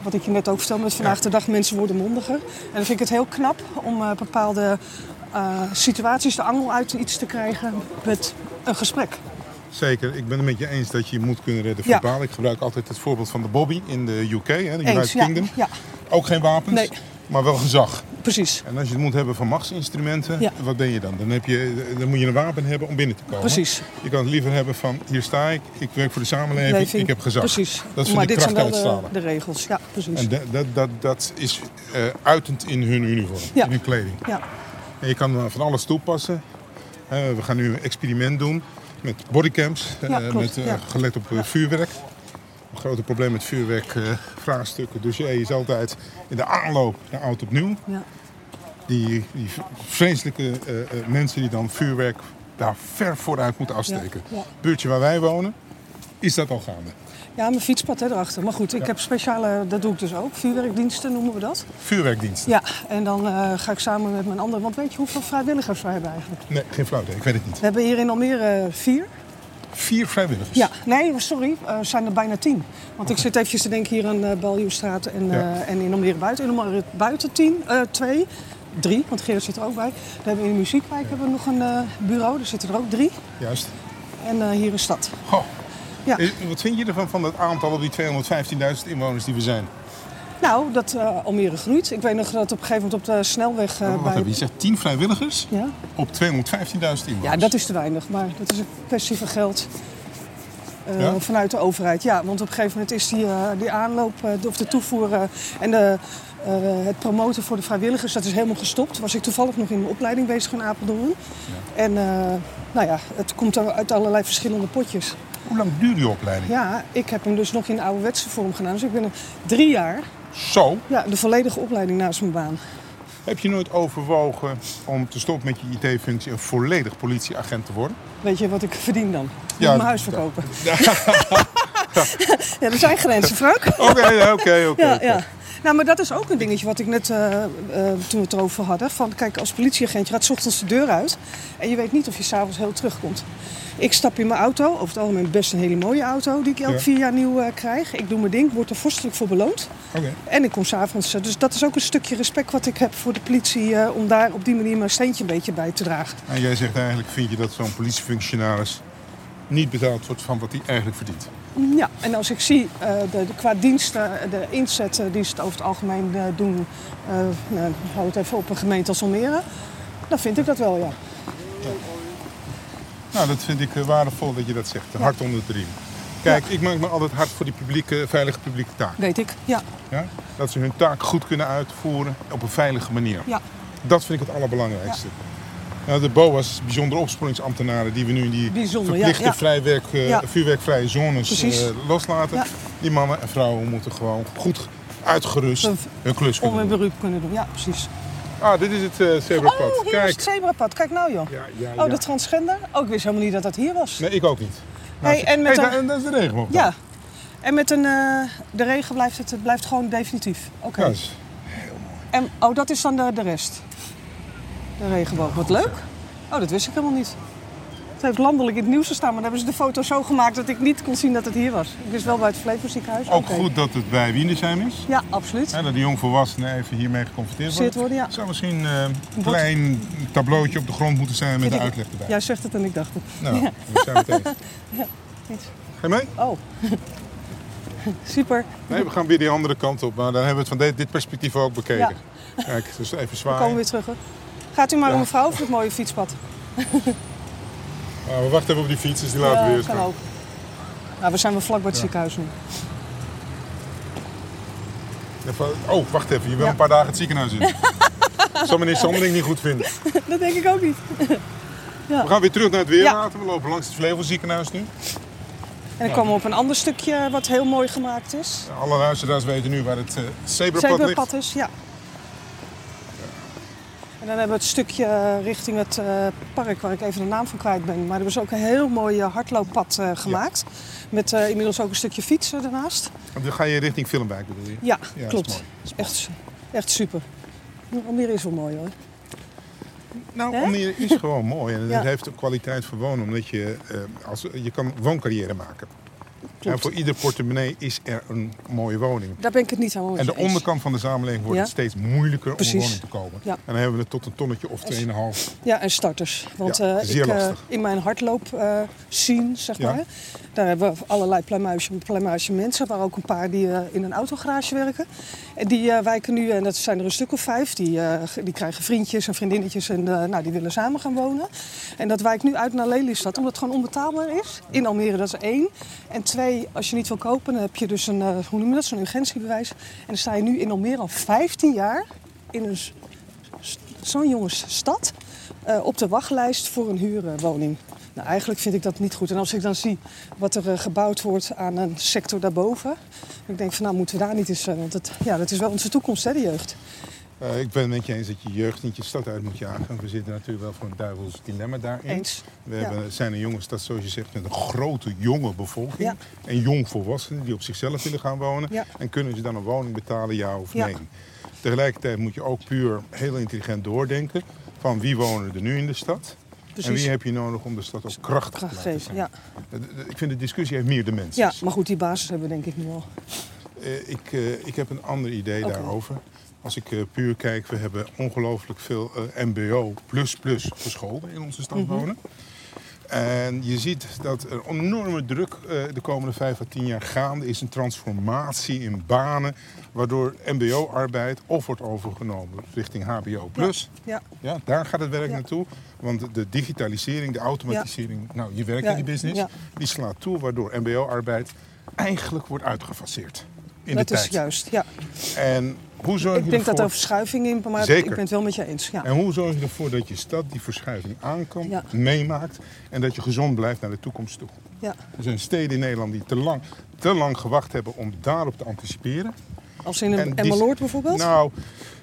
Speaker 3: Wat ik je net ook vertelde, met vandaag de dag mensen worden mondiger. En dan vind ik het heel knap om eh, bepaalde eh, situaties de angel uit iets te krijgen met een gesprek.
Speaker 2: Zeker, ik ben het met je eens dat je je moet kunnen redden
Speaker 3: Ja.
Speaker 2: verbaal. Ik gebruik altijd het voorbeeld van de Bobby in de UK, hè, de United
Speaker 3: Eens, ja,
Speaker 2: Kingdom.
Speaker 3: ja,
Speaker 2: Ook geen wapens,
Speaker 3: Nee.
Speaker 2: maar wel gezag.
Speaker 3: precies.
Speaker 2: En als je het moet hebben van machtsinstrumenten,
Speaker 3: Ja.
Speaker 2: wat ben je dan? Dan, heb je, dan moet je een wapen hebben om binnen te komen.
Speaker 3: Precies.
Speaker 2: Je kan het liever hebben van hier sta ik, ik werk voor de samenleving,
Speaker 3: Leving.
Speaker 2: ik heb gezag.
Speaker 3: Precies.
Speaker 2: Dat vind
Speaker 3: maar
Speaker 2: ik
Speaker 3: dit
Speaker 2: kracht
Speaker 3: zijn wel de,
Speaker 2: uitstralen.
Speaker 3: de regels. Ja, precies.
Speaker 2: En dat, dat, dat, dat is eh, uitend in hun uniform,
Speaker 3: Ja.
Speaker 2: in hun kleding.
Speaker 3: Ja.
Speaker 2: En je kan eh, van alles toepassen. Eh, we gaan nu een experiment doen met bodycams, eh,
Speaker 3: Ja, klopt,
Speaker 2: met, eh,
Speaker 3: ja.
Speaker 2: gelet op eh, vuurwerk. Een grote probleem met vuurwerk, eh, vraagstukken, dossier is altijd in de aanloop naar oud opnieuw.
Speaker 3: Ja.
Speaker 2: Die, die v- vreselijke eh, eh, mensen die dan vuurwerk daar ver vooruit moeten afsteken.
Speaker 3: ja.
Speaker 2: Buurtje waar wij wonen, is dat al gaande.
Speaker 3: ja, mijn fietspad hè, erachter. Maar goed, ik heb speciale, dat doe ik dus ook, vuurwerkdiensten noemen we dat.
Speaker 2: Vuurwerkdienst?
Speaker 3: Ja, en dan eh, ga ik samen met mijn andere. Want weet je hoeveel vrijwilligers wij hebben eigenlijk?
Speaker 2: Nee, geen flauw idee, ik weet het niet.
Speaker 3: We hebben hier in Almere eh, vier.
Speaker 2: Vier vrijwilligers.
Speaker 3: Ja, nee, sorry, eh, zijn er bijna tien. Want ik zit eventjes te denken hier aan eh Baljuwstraat en, eh,
Speaker 2: Ja.
Speaker 3: en in Almere buiten. In Almere buiten tien, eh, twee, drie, want Gerrit zit er ook bij. We hebben in de muziekwijk hebben we nog een eh, bureau, daar zitten er ook drie.
Speaker 2: Juist.
Speaker 3: En eh, hier in stad.
Speaker 2: Goh.
Speaker 3: Ja.
Speaker 2: Eh, Wat vind je ervan van dat aantal op die 215.000 inwoners die we zijn?
Speaker 3: Nou, dat eh, Almere groeit. Ik weet nog dat op een gegeven moment op de snelweg eh,
Speaker 2: Wacht
Speaker 3: bij...
Speaker 2: even, Oh, je zegt 10 vrijwilligers
Speaker 3: Ja?
Speaker 2: op 215.000 inwoners.
Speaker 3: Ja, dat is te weinig, maar dat is een kwestie van geld. eh,
Speaker 2: Ja?
Speaker 3: Vanuit de overheid, ja. Want op een gegeven moment is die, eh, die aanloop eh, of de toevoer eh, en de eh, het promoten voor de vrijwilligers, dat is helemaal gestopt. Was ik toevallig nog in mijn opleiding bezig in Apeldoorn. En eh, nou ja, het komt dan uit allerlei verschillende potjes.
Speaker 2: Hoe lang duurt die opleiding?
Speaker 3: Ja, ik heb hem dus nog in de ouderwetse vorm gedaan. Dus ik ben er drie jaar
Speaker 2: Zo,
Speaker 3: ja, de volledige opleiding naast mijn baan.
Speaker 2: heb je nooit overwogen om te stoppen met je IT-functie en volledig politieagent te worden?
Speaker 3: Weet je wat ik verdien dan? Ik moet
Speaker 2: Ja,
Speaker 3: mijn huis verkopen. Ja. er zijn grenzen, Frank.
Speaker 2: Oké, oké,
Speaker 3: Ja,
Speaker 2: oké.
Speaker 3: ja. Nou, maar dat is ook een dingetje wat ik net, eh, eh, toen we het erover hadden. Van, kijk, als politieagent, je gaat 's ochtends de deur uit. En je weet niet of je s'avonds heel terugkomt. Ik stap in mijn auto, over het algemeen best een hele mooie auto, die ik elk
Speaker 2: Ja.
Speaker 3: vier jaar nieuw eh, krijg. Ik doe mijn ding, word er vorstelijk voor beloond.
Speaker 2: Oké.
Speaker 3: En ik kom s'avonds. Dus dat is ook een stukje respect wat ik heb voor de politie. eh, om daar op die manier mijn steentje een beetje bij te dragen.
Speaker 2: En jij zegt eigenlijk, vind je dat zo'n politiefunctionaris niet betaald wordt van wat hij eigenlijk verdient?
Speaker 3: Ja, en als ik zie eh, de, de- qua diensten, eh, de inzetten die ze het over het algemeen eh, doen, eh nou, hou het even op een gemeente als Almere, dan vind ik dat wel, ja.
Speaker 2: Nou, dat vind ik eh, waardevol dat je dat zegt. Hart onder de riem. Kijk, ik maak me altijd hard voor die publieke, veilige publieke taak.
Speaker 3: Weet ik. Ja,
Speaker 2: Ja? Dat ze hun taak goed kunnen uitvoeren op een veilige manier.
Speaker 3: ja.
Speaker 2: Dat vind ik het allerbelangrijkste. Nou, de BOA's, bijzondere opsporingsambtenaren, die we nu in die
Speaker 3: Bijzonder, ja,
Speaker 2: verplichte
Speaker 3: ja.
Speaker 2: vrijwerk, eh,
Speaker 3: Ja.
Speaker 2: vuurwerkvrije zones
Speaker 3: Precies.
Speaker 2: eh, loslaten.
Speaker 3: Ja.
Speaker 2: Die mannen en vrouwen moeten gewoon goed uitgerust
Speaker 3: Een-
Speaker 2: hun klus
Speaker 3: Om
Speaker 2: kunnen
Speaker 3: een
Speaker 2: doen.
Speaker 3: beroep kunnen doen. Ja, precies.
Speaker 2: Ah, dit is het eh zebrapad.
Speaker 3: Oh, hier is het
Speaker 2: Kijk.
Speaker 3: zebrapad. Kijk nou, joh.
Speaker 2: Ja, ja,
Speaker 3: Oh,
Speaker 2: ja.
Speaker 3: de transgender? Oh, ik wist helemaal niet dat dat hier was.
Speaker 2: Nee, ik ook niet.
Speaker 3: Hey, en met
Speaker 2: hey,
Speaker 3: een-
Speaker 2: daar- dat is de regenboog.
Speaker 3: Ja. En met een, eh, de regen blijft het, het blijft gewoon definitief. Oké.
Speaker 2: Ja, dat is-
Speaker 3: En, oh, dat is dan de, de rest. De regenboog. Wat leuk. Oh, dat wist ik helemaal niet. Het heeft landelijk in het nieuws gestaan, maar dan hebben ze de foto zo gemaakt dat ik niet kon zien dat het hier was. Ik wist wel bij het Flevoziekenhuis.
Speaker 2: Ook
Speaker 3: Oké.
Speaker 2: goed dat het bij Wienersheim is.
Speaker 3: Ja, absoluut.
Speaker 2: Hè, dat die jongvolwassenen even hiermee geconfronteerd
Speaker 3: Zit
Speaker 2: worden.
Speaker 3: worden, ja.
Speaker 2: Er zou misschien eh, een klein tablootje op de grond moeten zijn met de
Speaker 3: ik-
Speaker 2: uitleg erbij.
Speaker 3: Jij zegt het en ik dacht het.
Speaker 2: Nou, we zijn meteen.
Speaker 3: iets.
Speaker 2: Ga je mee?
Speaker 3: Oh. Super.
Speaker 2: Nee, we gaan weer die andere kant op. Maar dan hebben we het van dit, dit perspectief ook bekeken. Kijk, dus even
Speaker 3: We komen
Speaker 2: zwaaien.
Speaker 3: weer terug. Hoor. Gaat u maar om mevrouw over het mooie fietspad.
Speaker 2: Maar Ah, we wachten even op die fietsers, die laten we weer
Speaker 3: Eh, kan
Speaker 2: staan.
Speaker 3: ook. Nou, we zijn wel vlakbij het ziekenhuis nu.
Speaker 2: Even- Oh, wacht even. Je wil
Speaker 3: Ja.
Speaker 2: een paar dagen het ziekenhuis in. Zal meneer Sommering niet goed vinden.
Speaker 3: Dat denk ik ook niet.
Speaker 2: We gaan weer terug naar het weerwater. We lopen langs het Flevolziekenhuis nu.
Speaker 3: En dan komen we op een ander stukje wat heel mooi gemaakt is.
Speaker 2: Alle luisteraars weten nu waar het eh, zebrapad ligt.
Speaker 3: Zebrapad is, ja. En dan hebben we het stukje eh, richting het eh, park waar ik even de naam van kwijt ben. Maar er is ook een heel mooi eh, hardlooppad eh, gemaakt. Met eh, inmiddels ook een stukje fietsen daarnaast.
Speaker 2: Want Dan ga je richting Filmwijk, bedoel je?
Speaker 3: Ja,
Speaker 2: Ja, is
Speaker 3: klopt.
Speaker 2: mooi.
Speaker 3: Is echt, echt super. Almere is wel mooi hoor.
Speaker 2: Nou,
Speaker 3: Hè?
Speaker 2: Almere is gewoon mooi. En het
Speaker 3: Ja.
Speaker 2: heeft ook kwaliteit voor wonen. Omdat je, eh, als, je kan een wooncarrière maken. En voor ieder portemonnee is er een mooie woning.
Speaker 3: Daar ben ik het niet helemaal mee
Speaker 2: En de
Speaker 3: eens.
Speaker 2: onderkant van de samenleving wordt
Speaker 3: Ja.
Speaker 2: het steeds moeilijker om
Speaker 3: Precies.
Speaker 2: een woning te komen.
Speaker 3: Ja.
Speaker 2: En dan hebben we het tot een tonnetje of 2,5.
Speaker 3: Ja, en starters. Want
Speaker 2: Ja,
Speaker 3: eh,
Speaker 2: zeer
Speaker 3: ik, eh,
Speaker 2: lastig.
Speaker 3: in mijn hardloop eh, scene, zeg
Speaker 2: Ja.
Speaker 3: maar, daar hebben we allerlei pluimage, pluimage mensen, maar ook een paar die eh, in een autogarage werken. En die eh, wijken nu, en dat zijn er een stuk of vijf, die, eh, ge- die krijgen vriendjes en vriendinnetjes en eh, nou, die willen samen gaan wonen. En dat wijkt nu uit naar Lelystad, omdat het gewoon onbetaalbaar is. In Almere, dat is één. En twee, als je niet wil kopen, dan heb je dus een, eh, hoe noem je dat, zo'n urgentiebewijs. En dan sta je nu in Almere al 15 jaar in een s- zo'n jongensstad eh, op de wachtlijst voor een huurwoning. Nou, eigenlijk vind ik dat niet goed. En als ik dan zie wat er eh, gebouwd wordt aan een sector daarboven, dan denk ik van nou moeten we daar niet eens. eh, want dat, ja, dat is wel onze toekomst, hè, de jeugd.
Speaker 2: Eh, ik ben het met je eens dat je jeugd niet je stad uit moet jagen. En We zitten natuurlijk wel voor een duivels dilemma daarin.
Speaker 3: Eens.
Speaker 2: We
Speaker 3: Ja.
Speaker 2: hebben, zijn een jonge stad, zoals je zegt, met een grote jonge bevolking.
Speaker 3: Ja.
Speaker 2: En jong volwassenen die op zichzelf willen gaan wonen.
Speaker 3: Ja.
Speaker 2: En kunnen ze dan een woning betalen, ja of
Speaker 3: Ja.
Speaker 2: nee? Tegelijkertijd moet je ook puur heel intelligent doordenken van wie wonen er nu in de stad. En
Speaker 3: Precies. Dus
Speaker 2: wie heb je nodig om de stad ook krachtig te
Speaker 3: Graag
Speaker 2: laten
Speaker 3: gegeven.
Speaker 2: zijn?
Speaker 3: Ja.
Speaker 2: Eh, d- d- Ik vind de discussie heeft meer dimensies.
Speaker 3: ja, maar goed, die basis hebben we denk ik nu al.
Speaker 2: Eh, ik, eh, ik heb een ander idee
Speaker 3: Oké.
Speaker 2: daarover. Als ik eh, puur kijk, we hebben ongelooflijk veel eh, mbo plus plus geschoolden in onze
Speaker 3: Mhm.
Speaker 2: stad wonen. En je ziet dat er enorme druk eh, de komende vijf à tien jaar gaande is. Een transformatie in banen, waardoor mbo-arbeid of wordt overgenomen richting hbo plus.
Speaker 3: Ja,
Speaker 2: Ja, daar gaat het werk
Speaker 3: Ja.
Speaker 2: naartoe. Want de digitalisering, de automatisering, nou je werkt
Speaker 3: Ja,
Speaker 2: in die business,
Speaker 3: ja.
Speaker 2: die slaat toe waardoor mbo-arbeid eigenlijk wordt uitgefaseerd. In
Speaker 3: dat
Speaker 2: de
Speaker 3: is
Speaker 2: tijd. Oh,
Speaker 3: juist. Ja.
Speaker 2: En Hoe zorg je
Speaker 3: Ik denk dat er
Speaker 2: ervoor-
Speaker 3: verschuiving in, maar
Speaker 2: Zeker.
Speaker 3: ik ben het wel met je eens. Ja.
Speaker 2: En hoe zorg je ervoor dat je stad die verschuiving aankan,
Speaker 3: Ja.
Speaker 2: meemaakt en dat je gezond blijft naar de toekomst toe?
Speaker 3: Ja.
Speaker 2: Er zijn steden in Nederland die te lang, te lang gewacht hebben om daarop te anticiperen.
Speaker 3: Als in een
Speaker 2: die-
Speaker 3: Emmeloord bijvoorbeeld?
Speaker 2: Nou,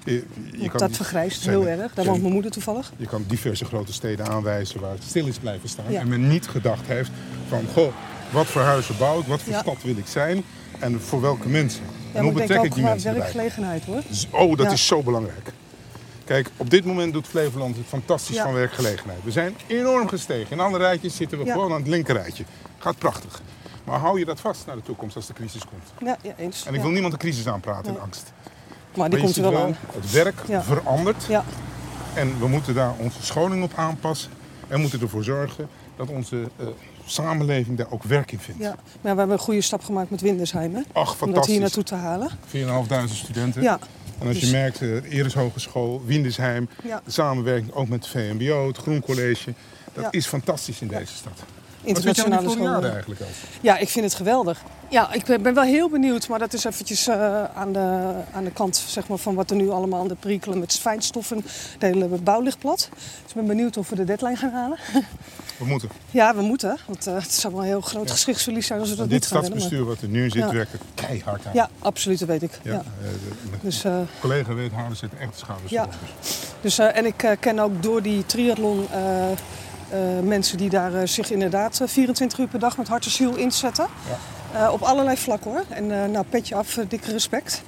Speaker 2: je, je kan
Speaker 3: dat
Speaker 2: die-
Speaker 3: vergrijst
Speaker 2: zijn-
Speaker 3: heel erg. Daar
Speaker 2: zijn-
Speaker 3: woont mijn moeder toevallig.
Speaker 2: Je kan diverse grote steden aanwijzen waar het stil is blijven staan.
Speaker 3: Ja.
Speaker 2: En men niet gedacht heeft van, goh, wat voor huizen bouw ik, wat voor
Speaker 3: Ja.
Speaker 2: stad wil ik zijn en voor welke mensen.
Speaker 3: Ja,
Speaker 2: en
Speaker 3: maar
Speaker 2: hoe
Speaker 3: ik
Speaker 2: betrek
Speaker 3: denk
Speaker 2: ik
Speaker 3: ook
Speaker 2: die
Speaker 3: qua
Speaker 2: mensen erbij?
Speaker 3: werkgelegenheid hoor.
Speaker 2: Z- Oh, dat
Speaker 3: Ja.
Speaker 2: is zo belangrijk. Kijk, op dit moment doet Flevoland het fantastisch
Speaker 3: Ja.
Speaker 2: van werkgelegenheid. We zijn enorm gestegen. In andere rijtjes zitten we
Speaker 3: Ja.
Speaker 2: gewoon aan het linkerrijtje. Gaat prachtig. Maar hou je dat vast naar de toekomst als de crisis komt?
Speaker 3: Ja, ja eens.
Speaker 2: En ik
Speaker 3: Ja.
Speaker 2: wil niemand de crisis aanpraten in angst.
Speaker 3: Maar die
Speaker 2: Maar je
Speaker 3: komt er
Speaker 2: ziet
Speaker 3: wel aan.
Speaker 2: Het werk
Speaker 3: Ja.
Speaker 2: verandert
Speaker 3: Ja,
Speaker 2: en we moeten daar onze scholing op aanpassen. En moeten ervoor zorgen dat onze eh, samenleving daar ook werk in vindt.
Speaker 3: ja. Maar we hebben een goede stap gemaakt met Windersheim. Hè?
Speaker 2: Ach,
Speaker 3: Om dat
Speaker 2: fantastisch.
Speaker 3: hier naartoe te halen.
Speaker 2: 4.500 studenten.
Speaker 3: Ja.
Speaker 2: En als je
Speaker 3: Dus-
Speaker 2: merkt, eh Eres Hogeschool, Windesheim,
Speaker 3: Ja.
Speaker 2: de samenwerking ook met VMBO, het Groen College. Dat
Speaker 3: Ja.
Speaker 2: is fantastisch in deze stad. Wat vind je aan die
Speaker 3: Internationale
Speaker 2: Floriade
Speaker 3: scholen.
Speaker 2: eigenlijk als?
Speaker 3: Ja, ik vind het geweldig. Ja, ik ben ben wel heel benieuwd, maar dat is eventjes eh, aan, de, aan de kant zeg maar, van wat er nu allemaal aan de perikelen met fijnstoffen. De hele bouw ligt plat. Dus ik ben benieuwd of we de deadline gaan halen.
Speaker 2: We moeten.
Speaker 3: Ja, we moeten, want eh, het zou wel een heel groot geschichtsverlies zijn als we dat
Speaker 2: dit
Speaker 3: niet gaan willen. maar-
Speaker 2: stadsbestuur wat er nu zit,
Speaker 3: Ja.
Speaker 2: werkt er keihard aan.
Speaker 3: Ja, absoluut, dat weet ik.
Speaker 2: Ja,
Speaker 3: Ja.
Speaker 2: eh, de- met-
Speaker 3: Dus, eh,
Speaker 2: collega weet houden zit echt de schouders
Speaker 3: Ja.
Speaker 2: eronder.
Speaker 3: dus, eh, en ik eh, ken ook door die triathlon eh, eh, mensen die daar eh, zich inderdaad eh, 24 uur per dag met hart en ziel inzetten. Eh, op allerlei vlakken hoor. En eh, nou, petje af, eh, dikke respect.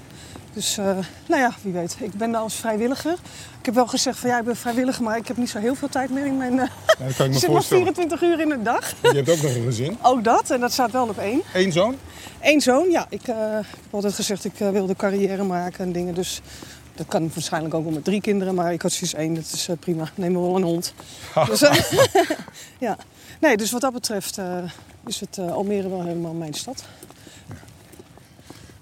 Speaker 3: Dus eh, nou ja, wie weet. Ik ben daar als vrijwilliger. Ik heb wel gezegd van ja, ik ben vrijwilliger, maar ik heb niet zo heel veel tijd meer in mijn... eh,
Speaker 2: Ja, dat kan ik
Speaker 3: ik
Speaker 2: me
Speaker 3: zit maar
Speaker 2: voorstellen.
Speaker 3: 24 uur in de dag.
Speaker 2: Je hebt ook nog een gezin.
Speaker 3: Ook dat, en dat staat wel op één.
Speaker 2: Eén zoon.
Speaker 3: Eén zoon, ja. Ik, eh, ik heb altijd gezegd, ik eh, wilde carrière maken en dingen. Dus dat kan waarschijnlijk ook wel met drie kinderen. Maar ik had zoiets één, dat is eh, prima. Neem maar wel een hond. dus, eh, ja. Nee, dus wat dat betreft eh, is het eh, Almere wel helemaal mijn stad.
Speaker 2: Een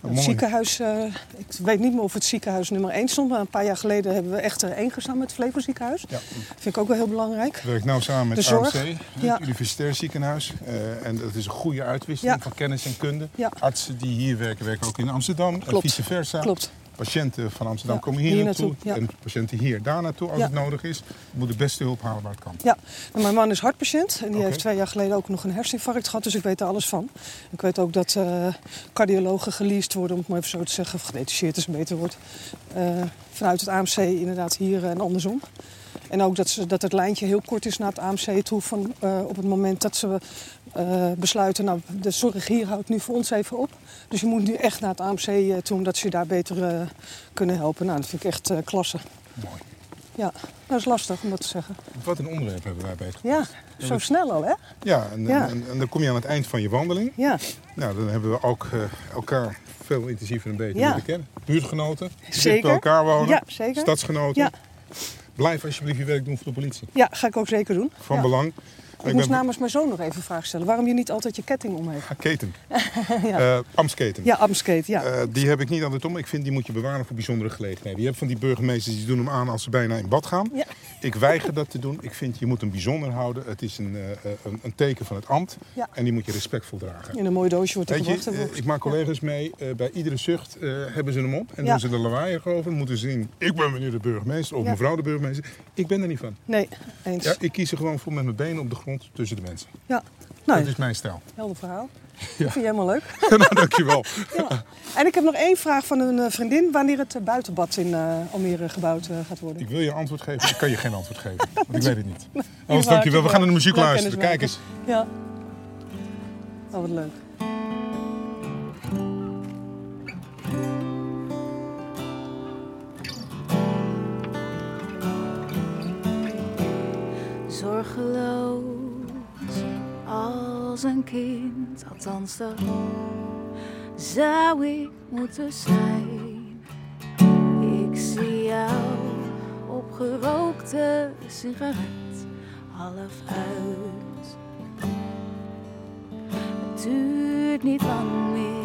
Speaker 3: het ziekenhuis, eh, ik weet niet meer of het ziekenhuis nummer één stond. Maar een paar jaar geleden hebben we echt er één gestaan met het Flevo ziekenhuis.
Speaker 2: Ja.
Speaker 3: Vind ik ook wel heel belangrijk.
Speaker 2: Ik werk nou samen
Speaker 3: De
Speaker 2: met
Speaker 3: zorg.
Speaker 2: AMC, het
Speaker 3: Ja.
Speaker 2: Universitair Ziekenhuis. Eh, en dat is een goede uitwisseling
Speaker 3: Ja.
Speaker 2: van kennis en kunde.
Speaker 3: Ja.
Speaker 2: Artsen die hier werken, werken ook in Amsterdam.
Speaker 3: Klopt.
Speaker 2: En vice versa.
Speaker 3: Klopt.
Speaker 2: Patiënten van Amsterdam
Speaker 3: Ja,
Speaker 2: komen hier,
Speaker 3: hier
Speaker 2: naartoe.
Speaker 3: naartoe, ja.
Speaker 2: En patiënten hier daar naartoe als
Speaker 3: Ja.
Speaker 2: het nodig is. Je moet de beste hulp halen waar het kan.
Speaker 3: Ja, en mijn man is hartpatiënt en die
Speaker 2: Oké.
Speaker 3: heeft twee jaar geleden ook nog een herseninfarct gehad, dus ik weet daar alles van. Ik weet ook dat eh, cardiologen geleased worden, om het maar even zo te zeggen, of gedetacheerd is een beter woord, eh, vanuit het AMC inderdaad hier en andersom. En ook dat, ze, dat het lijntje heel kort is naar het AMC toe, van, eh, op het moment dat ze eh, besluiten, nou de zorg hier houdt nu voor ons even op. Dus je moet nu echt naar het AMC eh, toe, omdat ze je daar beter eh, kunnen helpen. Nou, dat vind ik echt eh, klasse.
Speaker 2: Mooi.
Speaker 3: Ja, dat is lastig om dat te zeggen.
Speaker 2: Wat een onderwerp hebben wij bezig.
Speaker 3: Ja, zo snel al hè?
Speaker 2: Ja, en,
Speaker 3: Ja.
Speaker 2: En, en dan kom je aan het eind van je wandeling.
Speaker 3: Ja,
Speaker 2: Nou, dan hebben we ook eh, elkaar veel intensiever een beetje
Speaker 3: Ja.
Speaker 2: moeten kennen. Buurtgenoten, die dicht
Speaker 3: Zeker.
Speaker 2: bij elkaar wonen.
Speaker 3: Ja, zeker.
Speaker 2: Stadsgenoten.
Speaker 3: Ja.
Speaker 2: Blijf alsjeblieft je werk doen voor de politie.
Speaker 3: ja ga ik ook zeker doen.
Speaker 2: Van
Speaker 3: ja.
Speaker 2: belang.
Speaker 3: Ik moest namens mijn zoon nog even een vraag stellen. Waarom je niet altijd je ketting om heeft?
Speaker 2: Ah, Keten.
Speaker 3: Ja.
Speaker 2: Eh, Amsketen.
Speaker 3: Ja, Amskate, ja.
Speaker 2: Eh, die heb ik niet aan de tom. Ik vind die moet je bewaren voor bijzondere gelegenheden. Je hebt van die burgemeesters die doen hem aan als ze bijna in bad gaan.
Speaker 3: Ja.
Speaker 2: Ik weiger dat te doen. Ik vind je moet hem bijzonder houden. Het is een, eh, eh, een, een teken van het ambt.
Speaker 3: Ja.
Speaker 2: En die moet je respectvol dragen.
Speaker 3: In een mooi doosje wordt hij
Speaker 2: Weet
Speaker 3: gebracht.
Speaker 2: je,
Speaker 3: en
Speaker 2: eh,
Speaker 3: wordt-
Speaker 2: ik maak collega's mee. eh, bij iedere zucht eh, hebben ze hem op. En
Speaker 3: Ja.
Speaker 2: doen ze er lawaai over. Moeten zien, ik ben meneer de burgemeester of
Speaker 3: Ja.
Speaker 2: mevrouw de burgemeester. Ik ben er niet van.
Speaker 3: Nee, eens.
Speaker 2: Ja,
Speaker 3: Ja,
Speaker 2: ik kies er gewoon voor met mijn benen op de grond tussen de mensen.
Speaker 3: Nou,
Speaker 2: Dat is mijn stijl.
Speaker 3: helder verhaal. Dat vind je helemaal leuk.
Speaker 2: nou, dankjewel.
Speaker 3: Ja. En ik heb nog één vraag van een eh, vriendin. Wanneer het eh, buitenbad in eh, Almere gebouwd eh, gaat worden?
Speaker 2: Ik wil je antwoord geven, ik kan je geen antwoord geven. Want ik weet het niet.
Speaker 3: waard,
Speaker 2: Anders dankjewel. We
Speaker 3: ja.
Speaker 2: gaan naar de muziek
Speaker 3: Leuk
Speaker 2: luisteren.
Speaker 3: kennis
Speaker 2: Kijk eens.
Speaker 3: Ja. Oh, wat leuk.
Speaker 6: zorgeloos als een kind. Althans, dat zou ik moeten zijn. Ik zie jou opgerookte sigaret half uit. Het duurt niet lang meer.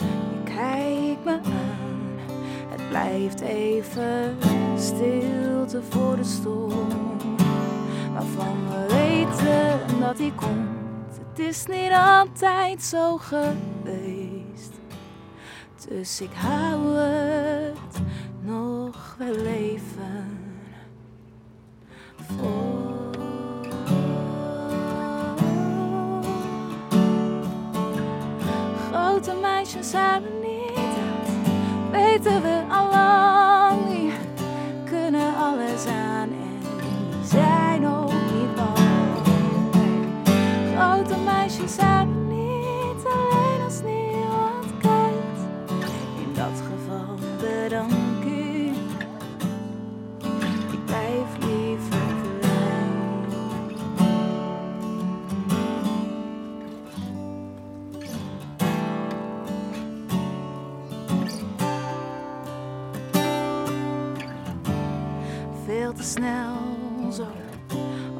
Speaker 6: Je kijkt me aan, het blijft even stilte voor de storm. Waarvan we weten dat die komt, het is niet altijd zo geweest. Dus ik hou het nog wel even vol. Grote meisjes hebben niet, dat weten we al lang niet. Kunnen alles aan en zijn ook niet bang. Nee. Grote meisjes hebben niet alleen als niemand kijkt. In dat geval bedank u. Ik blijf liever klein. Veel te snel zo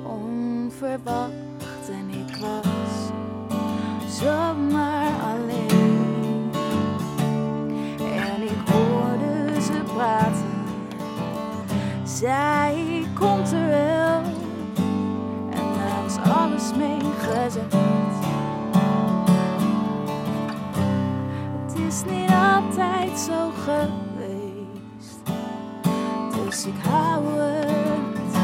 Speaker 6: onverwacht en ik was zomaar alleen. En ik hoorde ze praten. Zij komt er wel. En daar was alles mee gezegd. Het is niet altijd zo geweest. Dus ik hou het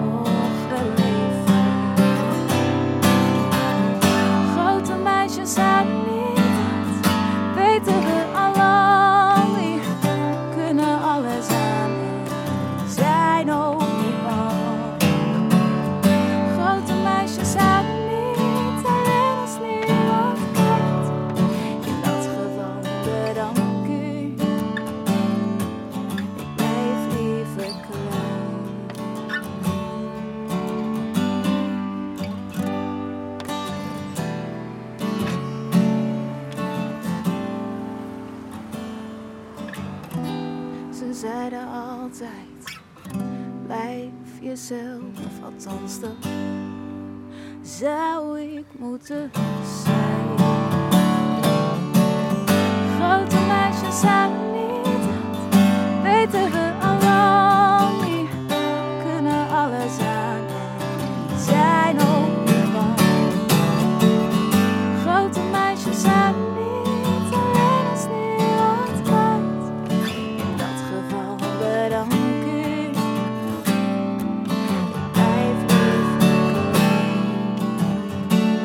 Speaker 6: nog wel even. Grote meisjes hebben niet dat, weten we al lang niet. Kunnen alles aan en zijn ook niet bang. Grote meisjes hebben niet alleen als niemand kijkt. In dat geval bedank u. Ik blijf liever klein. Ze zeiden altijd: blijf jezelf, althans dat zou ik moeten zijn. Grote meisjes zijn niet, dat weten we al lang niet. Kunnen alles aan en zijn ook niet bang. Grote meisjes zijn niet, alleen als niemand kijkt. In dat geval bedank u. Ik blijf liever klein.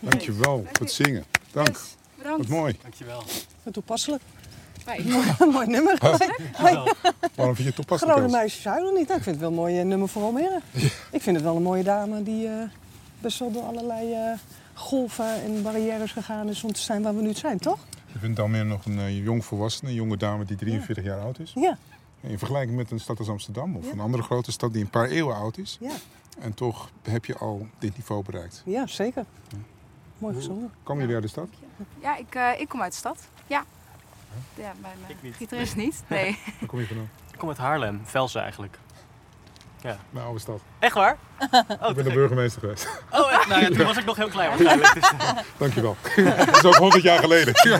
Speaker 2: Dankjewel voor het zingen. Dank. Wat
Speaker 1: Bedankt.
Speaker 2: mooi.
Speaker 4: Dankjewel.
Speaker 3: Wat toepasselijk. mooi nummer.
Speaker 2: Waarom vind je het toepasselijk?
Speaker 3: Grote
Speaker 2: Els?
Speaker 3: meisjes huilen niet. Nou, ik vind het wel een mooi eh, nummer voor Almere. Ik vind het wel een mooie dame die eh, best wel door allerlei eh, golven en barrières gegaan is om te zijn waar we nu zijn, toch?
Speaker 2: Je vindt dan meer nog een eh, jong volwassene, een jonge dame die 43 jaar oud is.
Speaker 3: Ja,
Speaker 2: In vergelijking met een stad als Amsterdam of een andere grote stad die een paar eeuwen oud is.
Speaker 3: ja,
Speaker 2: En toch heb je al dit niveau bereikt.
Speaker 3: ja zeker. Mooi gezongen.
Speaker 2: Kom je weer uit de stad?
Speaker 6: Ja, ik, eh, ik kom uit de stad. Ja. Ja, mijn eh, gitarist niet. Nee.
Speaker 2: Waar kom je vandaan?
Speaker 7: Ik kom uit Haarlem, Velsen eigenlijk.
Speaker 2: Mijn oude stad.
Speaker 7: Echt waar?
Speaker 2: ik ben de burgemeester geweest.
Speaker 7: Oh, echt? nou ja, toen was ik nog heel klein waarschijnlijk. Dus, eh,
Speaker 2: Dankjewel. dat is ook 100 jaar geleden. Ja.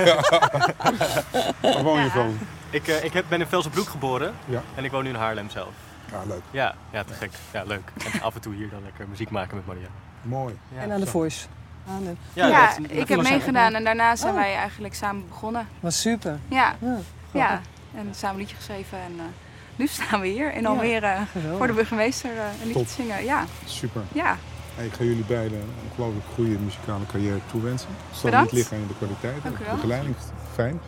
Speaker 2: Waar woon je van?
Speaker 7: ik eh, ik heb, ben in Velsenbroek geboren
Speaker 2: Ja.
Speaker 7: en ik woon nu in Haarlem zelf.
Speaker 2: Ja, leuk.
Speaker 7: Ja, ja, te gek. Ja, leuk. En af en toe hier dan lekker muziek maken met Maria.
Speaker 2: Mooi.
Speaker 7: Ja,
Speaker 3: en aan de
Speaker 2: zo.
Speaker 3: voice. Aan de...
Speaker 6: Ja,
Speaker 7: dat- dat
Speaker 6: ik heb
Speaker 7: was-
Speaker 6: meegedaan en daarna zijn
Speaker 3: Oh.
Speaker 6: wij eigenlijk samen begonnen.
Speaker 3: Was super.
Speaker 6: Ja,
Speaker 3: Ja,
Speaker 6: ja. En samen een liedje geschreven en eh, nu staan we hier in
Speaker 3: Ja.
Speaker 6: Almere
Speaker 3: geweldig.
Speaker 6: voor de burgemeester eh, een liedje
Speaker 2: Top.
Speaker 6: te zingen. Ja,
Speaker 2: Super.
Speaker 6: ja.
Speaker 2: Hey, ik ga jullie beiden een ongelooflijk goede muzikale carrière toewensen. Het Zal
Speaker 6: Bedankt.
Speaker 2: niet liggen in de kwaliteit.
Speaker 6: Dank
Speaker 2: de
Speaker 6: u wel.
Speaker 2: begeleiding is fijn.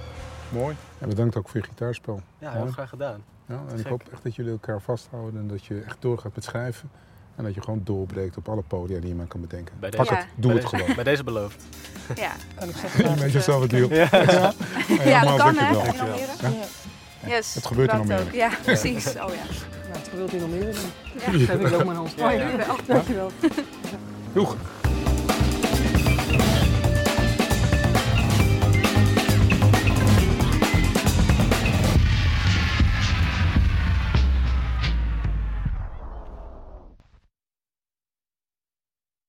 Speaker 2: Mooi. En bedankt ook voor je gitaarspel.
Speaker 7: Ja, heel graag gedaan.
Speaker 2: Ja, en ik
Speaker 7: Gek.
Speaker 2: hoop echt dat jullie elkaar vasthouden en dat je echt doorgaat met schrijven. En dat je gewoon doorbreekt op alle podia die je maar kan bedenken.
Speaker 7: Bij
Speaker 2: Pak
Speaker 7: deze-
Speaker 2: het, doe
Speaker 7: bij
Speaker 2: het
Speaker 7: deze-
Speaker 2: gewoon.
Speaker 7: Bij deze beloofd.
Speaker 6: ja.
Speaker 3: Kan ik zeggen.
Speaker 2: Een beetje zelf het wiel. Ja,
Speaker 6: Ja, dat
Speaker 2: Maas,
Speaker 6: kan hè,
Speaker 2: dankjewel.
Speaker 6: in Almere.
Speaker 2: Ja.
Speaker 6: Yes,
Speaker 2: Het gebeurt in
Speaker 6: bedankt
Speaker 2: Almere.
Speaker 6: ook. Ja, precies. Oh ja.
Speaker 3: Nou, het gebeurt in Almere. Dan geef ik ook mijn hand.
Speaker 6: Dankjewel.
Speaker 2: Doeg.